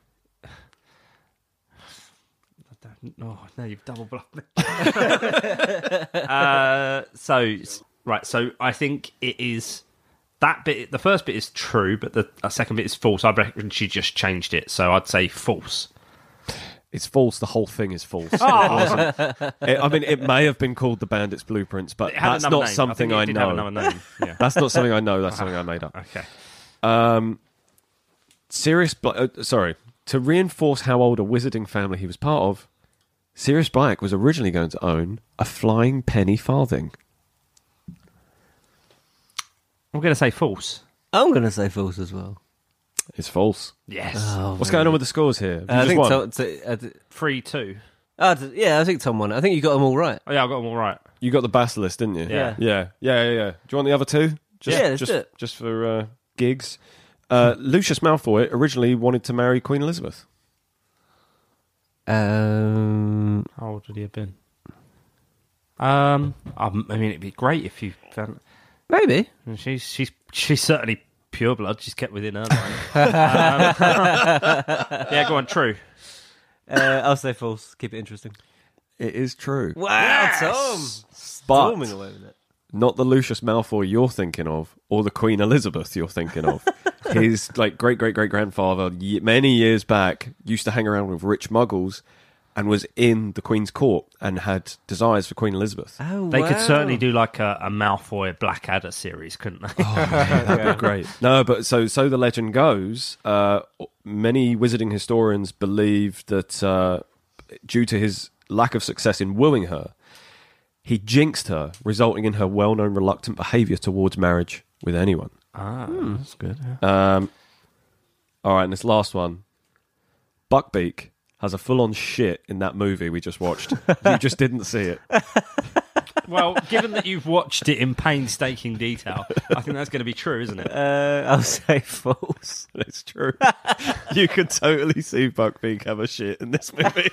oh, now you've double bluffed me. [LAUGHS] uh, so right, so I think it is that bit. The first bit is true, but the uh, second bit is false. I reckon she just changed it, so I'd say false.
It's false. The whole thing is false.
Oh.
It wasn't. It- I mean, it may have been called the Bandits Blueprints, but
It had
that's
another
not
name.
something I,
I, think it did have
know.
another [LAUGHS] name. Yeah.
That's not something
[LAUGHS]
I know. That's something I made up.
Okay.
Sirius, Bla- uh, sorry, to reinforce how old a wizarding family he was part of, Sirius Black was originally going to own a flying penny farthing.
I'm going to say false.
I'm gonna say false as well.
It's false.
Yes.
What's going on with the scores here? Have you
I
just
think
won?
Tom, t- uh, I d-
Three two.
I Ah, d- yeah, I think Tom won. it. I think you got them all right.
Oh yeah, I got them all right.
you got the basilisk, didn't you?
Yeah.
yeah, yeah, yeah. yeah. Do you want the other two?
Yeah, let's
just,
do it.
just for uh, gigs. Uh, Lucius Malfoy originally wanted to marry Queen Elizabeth.
Um,
How old would he have been? Um, um, I mean, it'd be great if you found.
maybe.
She's she's she's certainly pure blood. She's kept within her line. um, [LAUGHS] yeah, go on. True.
Uh, I'll say false. Keep it interesting.
It is true,
Wow, Tom,
but
storming away with it.
not the Lucius Malfoy you're thinking of, or the Queen Elizabeth you're thinking of. His like great great great grandfather, ye- many years back, used to hang around with rich muggles, and was in the Queen's court and had desires for Queen Elizabeth.
Oh,
They could certainly do like a, a Malfoy Blackadder series, couldn't they?
That'd be great. No, but so so the legend goes. Uh, many wizarding historians believe that uh, due to his lack of success in wooing her, he jinxed her, resulting in her well-known reluctant behaviour towards marriage with anyone.
ah, that's good.
Um, all right, and this last one, Buckbeak has a full-on shit in that movie we just watched. you just didn't see it.
[LAUGHS] Well, given that you've watched it in painstaking detail, I think that's going to be true, isn't it?
Uh, I'll [LAUGHS] say false.
It's true. you could totally see Buckbeak have a shit in this [LAUGHS] movie.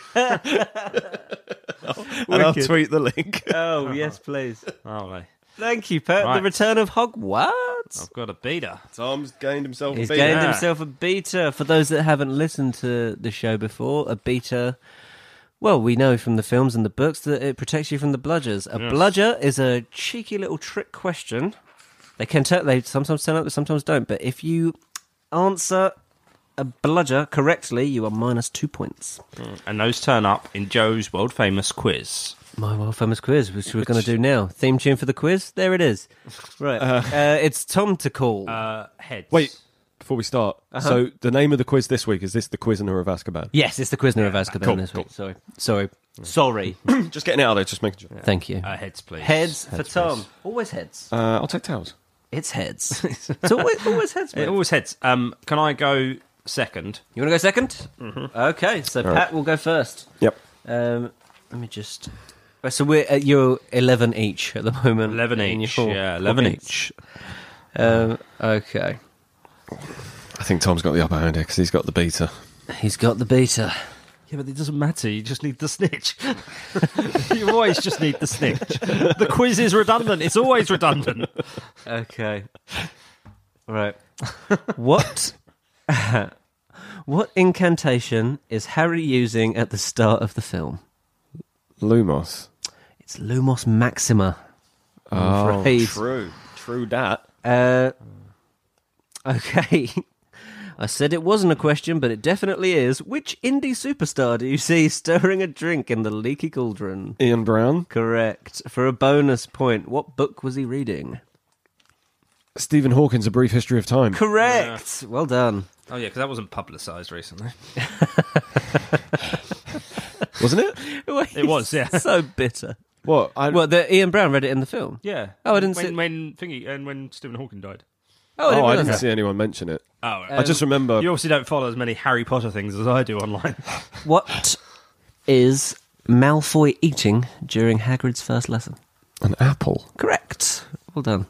and I'll
Wicked.
tweet the link.
Oh yes, please.
Oh, no.
Thank you, Pat. The
Right.
return of Hogwarts.
I've got a beater.
Tom's gained himself
He's
a beat. Ah.
gained
Yeah.
himself a beta. For those that haven't listened to the show before, a beta. Well, we know from the films and the books that it protects you from the bludgers. A bludger is a cheeky little trick question. They can tell. They sometimes turn up, but sometimes don't. But if you answer a bludger correctly, you are minus two points.
And those turn up in Joe's world famous quiz.
My world famous quiz, which we're going to do now. Theme tune for the quiz. There it is. Right. Uh, it's Tom to call.
Uh, heads.
Wait, before we start. So, the name of the quiz this week is this the Quizener of Azkaban?
yes, it's the Quizner of Azkaban
cool,
this
cool.
week. Sorry. Sorry. Sorry.
[CLEARS THROAT] Just getting it out there, just making sure.
Thank you.
Uh, heads, please.
Heads, for Tom. Always heads.
Uh, I'll take tails.
It's heads. it's always, always heads. mate.
It always heads. Um, can I go second?
[LAUGHS] You want to go 2nd Mm-hmm. Okay, so
All right.
Pat will go first.
Yep.
Um, let me just. Right, so we're at your eleven each at the moment.
Eleven
in your
each.
four
Yeah, eleven
points.
each.
Um, okay,
I think Tom's got the upper hand here because he's got the beta.
he's got the beta.
Yeah, but it doesn't matter. You just need the snitch. [LAUGHS] you always just need the snitch. The quiz is redundant. It's always redundant.
Okay, right. [LAUGHS] what? what incantation is Harry using at the start of the film?
Lumos.
It's Lumos Maxima.
Oh,
I'm afraid.
true. True dat.
Uh, okay. [LAUGHS] I said it wasn't a question, but it definitely is. Which indie superstar do you [LAUGHS] see stirring a drink in the leaky cauldron?
Ian Brown,
Correct. For a bonus point, what book was he reading?
Stephen Hawking's A Brief History of Time.
Correct. Well done.
Oh, yeah, because that wasn't publicised recently.
[LAUGHS] Wasn't it?
It was, yeah.
so bitter.
What? I,
Well, the Ian Brown read it in the film.
Yeah.
Oh, I didn't
when,
see-
When thingy, and when Stephen Hawking died.
Oh,
oh, I
realise
didn't
that.
see anyone mention it.
Oh,
I just remember.
you obviously don't follow as many Harry Potter things as I do online.
What is Malfoy eating during Hagrid's first lesson?
An apple.
Correct. Well done.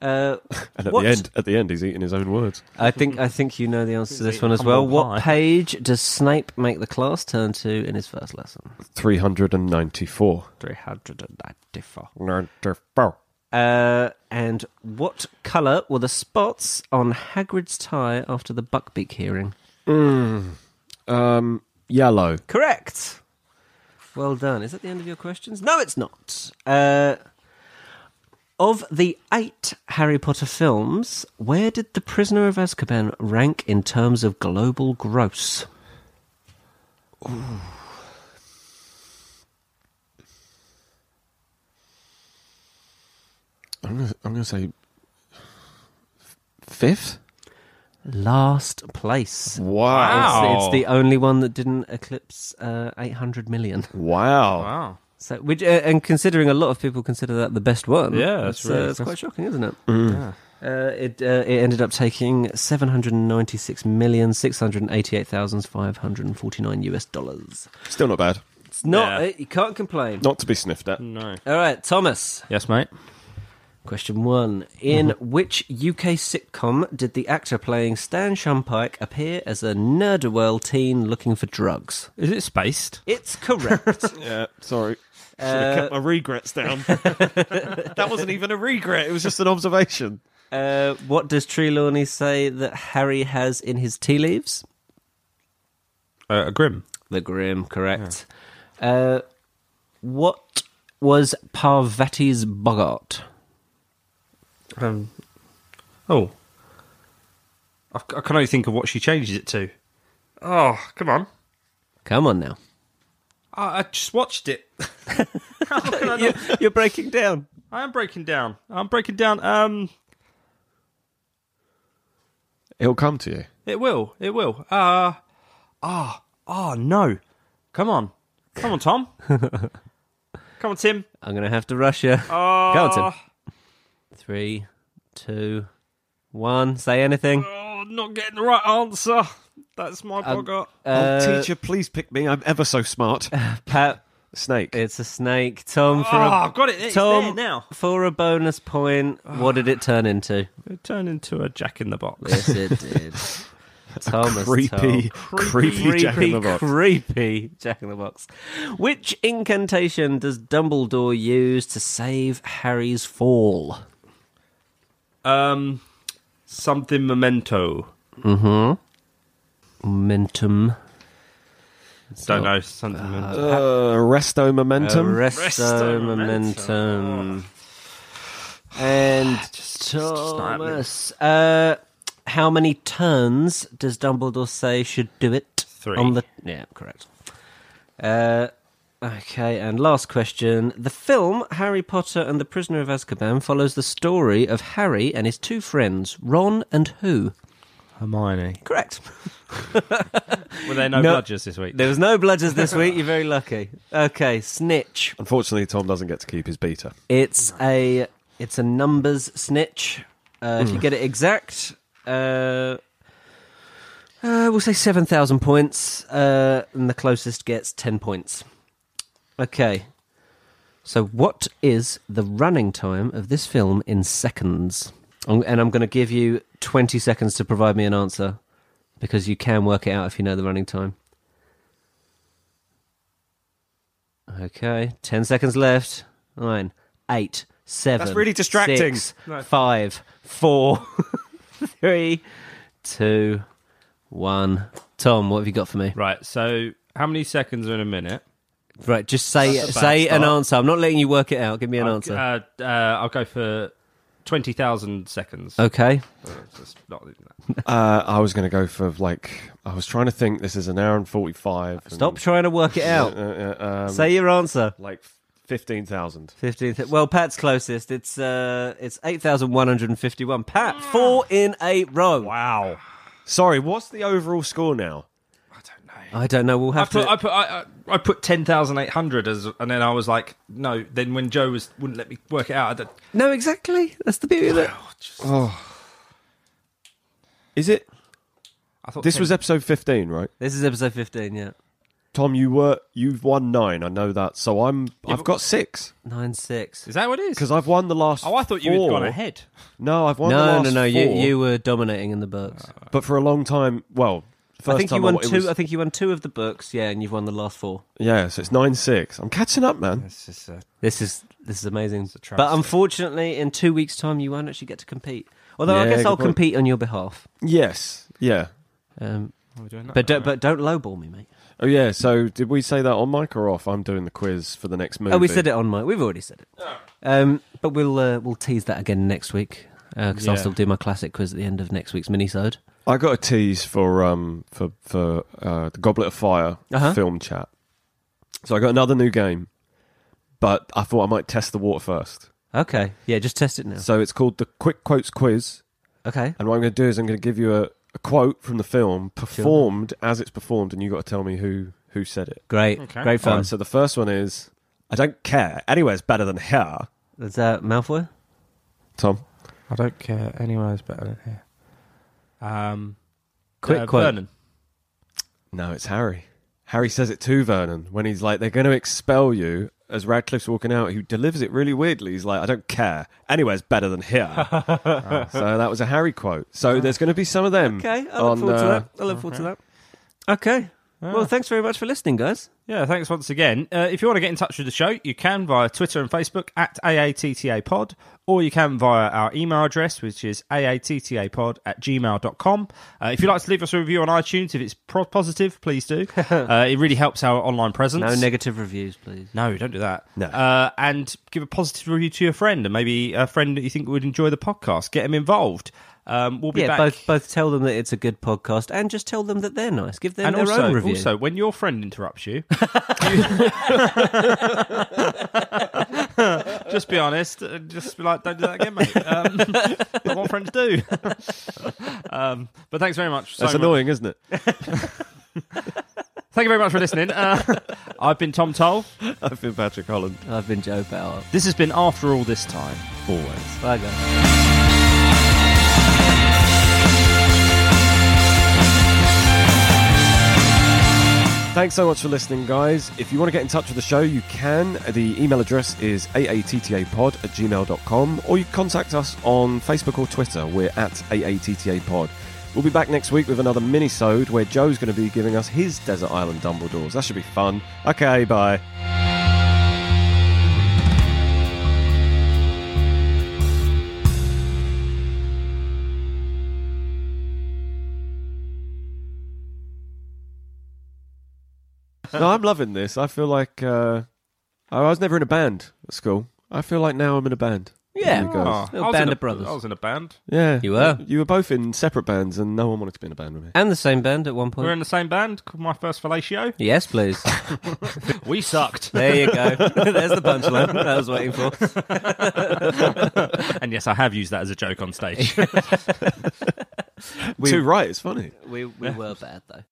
Uh,
And at
What?
the end, at the end, he's eating his own words.
I think I think you know the answer to this one as
Humble
well.
pie.
What page does Snape make the class turn to in his first lesson?
Three hundred and ninety-four.
Three hundred and ninety-four.
Ninety-four.
Uh, and what colour were the spots on Hagrid's tie after the Buckbeak hearing?
Um, yellow.
Correct. Well done. Is that the end of your questions? No, it's not. Uh, of the eight Harry Potter films, where did The Prisoner of Azkaban rank in terms of global gross?
I'm gonna, I'm gonna say fifth.
Last place.
Wow!
Wow.
It's, it's the only one that didn't eclipse uh, 800 million.
Wow!
[LAUGHS] Wow.
So, which, uh, and considering a lot of people consider that the best one,
Yeah, that's
it's,
really-
it's quite shocking, isn't it?
Hmm.
Uh, it uh, it ended up taking seven hundred ninety six million six hundred eighty eight thousand five hundred forty nine US dollars.
Still not bad.
It's not.
Yeah.
uh, you can't complain.
Not to be sniffed at.
No.
All right, Thomas.
Yes, mate.
Question one: In
Mm-hmm.
which UK sitcom did the actor playing Stan Shumpike appear as a nerderwell teen looking for drugs?
Is it spaced?
It's correct.
Yeah, sorry. Should
Uh,
have kept my regrets [LAUGHS] down. that wasn't even a regret. It was just an observation.
Uh, what does Trelawney say that Harry has in his tea leaves?
Uh, a grim.
The Grim, correct. Uh, what was Parvati's Bogart?
Um, oh. I, I can only think of what she changes it to. Oh, come on.
Come on now.
I, I just watched it. [LAUGHS] How can I not?
[LAUGHS] You're breaking down.
I am breaking down. I'm breaking down. Um,
It'll come to you.
it will. It will. Uh, ah, ah, no. Come on. Come on, [LAUGHS] Tom. Come on, Tim.
I'm going to have to rush you.
Uh,
Go on, Tim. Three, two, one. Say anything.
Oh, not getting the right answer. That's my bugger.
oh, teacher, please pick me. I'm ever so [LAUGHS] smart.
Uh, Pat,
Snake.
it's a snake. Tom, for
Ah,
a,
I've got it. It's
Tom
there now.
for a bonus point, what did it turn into?
It turned into a Jack in the Box.
[SIGHS] Yes, it did. Thomas
creepy,
Tull.
creepy, Jack in the Box.
creepy Jack in the Box. Which incantation does Dumbledore use to save Harry's fall?
[LAUGHS] Um, something memento.
Momentum.
Don't know. Something. memento.
Uh, resto momentum.
Arresto Uh, momentum. Oh. [SIGHS] And
not happening.
Thomas, uh, how many turns does Dumbledore say should do it?
Three.
On the yeah, correct. Uh, okay, and last question: The film Harry Potter and the Prisoner of Azkaban follows the story of Harry and his two friends, Ron and who?
Hermione.
Correct.
Were there no,
No.
bludgers this week?
There was no bludgers this week. You're very lucky. [LAUGHS] Okay, snitch.
Unfortunately, Tom doesn't get to keep his beta.
It's a it's a numbers snitch. Uh, If you get it exact, uh, uh, we'll say seven thousand points, uh, and the closest gets ten points. Okay. So, what is the running time of this film in seconds? Um, And I'm going to give you twenty seconds to provide me an answer, because you can work it out if you know the running time. Okay, ten seconds left. Nine, eight, seven.
really distracting.
six, Five, four, [LAUGHS] three, two, one. Tom, what have you got for me?
Right. So, how many seconds are in a minute?
Right, just say
That's a bad
say an
start.
uh, answer. I'm not letting you work it out. Give me an answer.
Uh, uh, I'll go for twenty thousand seconds.
Okay.
Uh, it's just not even that.
Uh, I was going to go for like I was trying to think. This is an hour and forty-five. and-
Uh, Stop trying to work it out.
Uh, uh, um,
Say your answer.
like fifteen thousand.
Fifteenth. Well, Pat's closest. It's uh, it's eight thousand one hundred and fifty-one. Pat, four in a row.
Wow. Sorry, what's the overall score now?
I don't know.
I don't know. We'll
I
have
put,
to.
I put, I, I I put ten thousand eight hundred as, and then I was like, no. Then when Joe was wouldn't let me work it out, I don't,
No, exactly. That's the beauty of it.
Is it?
I thought
This
10
was episode fifteen, right?
This is episode fifteen. Yeah,
Tom, you were you've won nine. I know that. So I'm I've got six
nine six.
Is that what it is?
because I've won the last.
Oh, I thought you had
four.
gone ahead.
No, I've won. the
No,
last
no, no. You
four,
you were dominating in the books.
But for a long time, well, first
Uh, I think
time
you won
it
two.
was-
I think you won two of the books. Yeah, and you've won the last four.
yeah, so it's nine six. I'm catching up, man.
This is uh,
This is this is amazing.
a travesty.
But unfortunately, in two weeks' time, you won't actually get to compete. Although I
Yeah,
guess
good
I'll
point.
compete on your behalf.
Yes, yeah.
Um,
what are we doing now?
but don't, but don't lowball me, mate.
Oh yeah. So did we say that on mic or off? I'm doing the quiz for the next movie.
Oh, we said it on mic. We've already said it.
Oh.
Um, but we'll uh, we'll tease that again next week because I'll
Yeah.
still do my classic quiz at the end of next week's minisode.
I got a tease for um for for uh, the Goblet of Fire
Uh-huh.
film chat. So I got another new game, but I thought I might test the water first.
Okay, yeah, just test it now.
So it's called the Quick Quotes Quiz,
Okay,
and what I'm going to do is I'm going to give you a, a quote from the film performed as it's performed, and you got to tell me who who said it.
great,
Okay.
great fun.
Alright, so the first one is I don't care. Anywhere's better than here.
Is that Malfoy?
Tom.
I don't care. Anywhere is better than here. Um,
Quick quote.
Vernon.
No, it's Harry. Harry says it to Vernon when he's like, they're going to expel you. As Radcliffe's walking out, he delivers it really weirdly. He's like, I don't care. Anywhere's better
[LAUGHS]
than here. So that was a Harry quote. So there's going to be some of them.
Okay, I look
on,
forward to
uh,
that. I look forward to that. Okay.
Ah.
Well, thanks very much for listening, guys.
Yeah, thanks once again. Uh, if you want to get in touch with the show, you can via Twitter and Facebook at AATTA Pod, or you can via our email address, which is AATTAPod at gmail.com. Uh, if you'd like to leave us a review on iTunes, if it's pro- positive, please
[LAUGHS]
do. Uh, it really helps our online presence.
No negative reviews, please.
No, don't do that.
No.
Uh, and give a positive review to your friend, and maybe a friend that you think would enjoy the podcast. Get them involved. Um, we'll be
Yeah,
back.
both both tell them that it's a good podcast and just tell them that they're nice. Give them
and
their
also,
own review.
also, when your friend interrupts [LAUGHS] you, just be honest. uh, Just be like, don't do that again, mate. Um, [LAUGHS] that's what friends do. [LAUGHS] um, but thanks very much. so
That's
much.
annoying, isn't it?
Thank you very much for listening. Uh, [LAUGHS] I've been Tom Toll.
I've been Patrick Holland.
I've been Joe Bauer.
This has been After All This Time. Always.
Bye, guys.
Thanks so much for listening, guys. If you want to get in touch with the show, you can. The email address is aattapod at gmail.com or you can contact us on Facebook or Twitter. We're at aattapod. We'll be back next week with another mini-sode where Joe's going to be giving us his Desert Island Dumbledores. That should be fun.
[LAUGHS]
Okay, bye. no, I'm loving this. I feel like uh, I was never in a band at school. I feel like now I'm in a band.
Yeah.
You guys.
Little
Oh, I was
band
in a-
of brothers.
I was in a band.
Yeah.
You were.
You were both in separate bands, and no one wanted to be in a band with me.
And the same band at one
We
point.
were in the same band called My First Fellatio.
yes, please.
We sucked.
There you go. [LAUGHS] There's the punchline that I was waiting for.
[LAUGHS] and yes, I have used that as a joke on stage.
Too right. It's funny.
We, we were bad, though.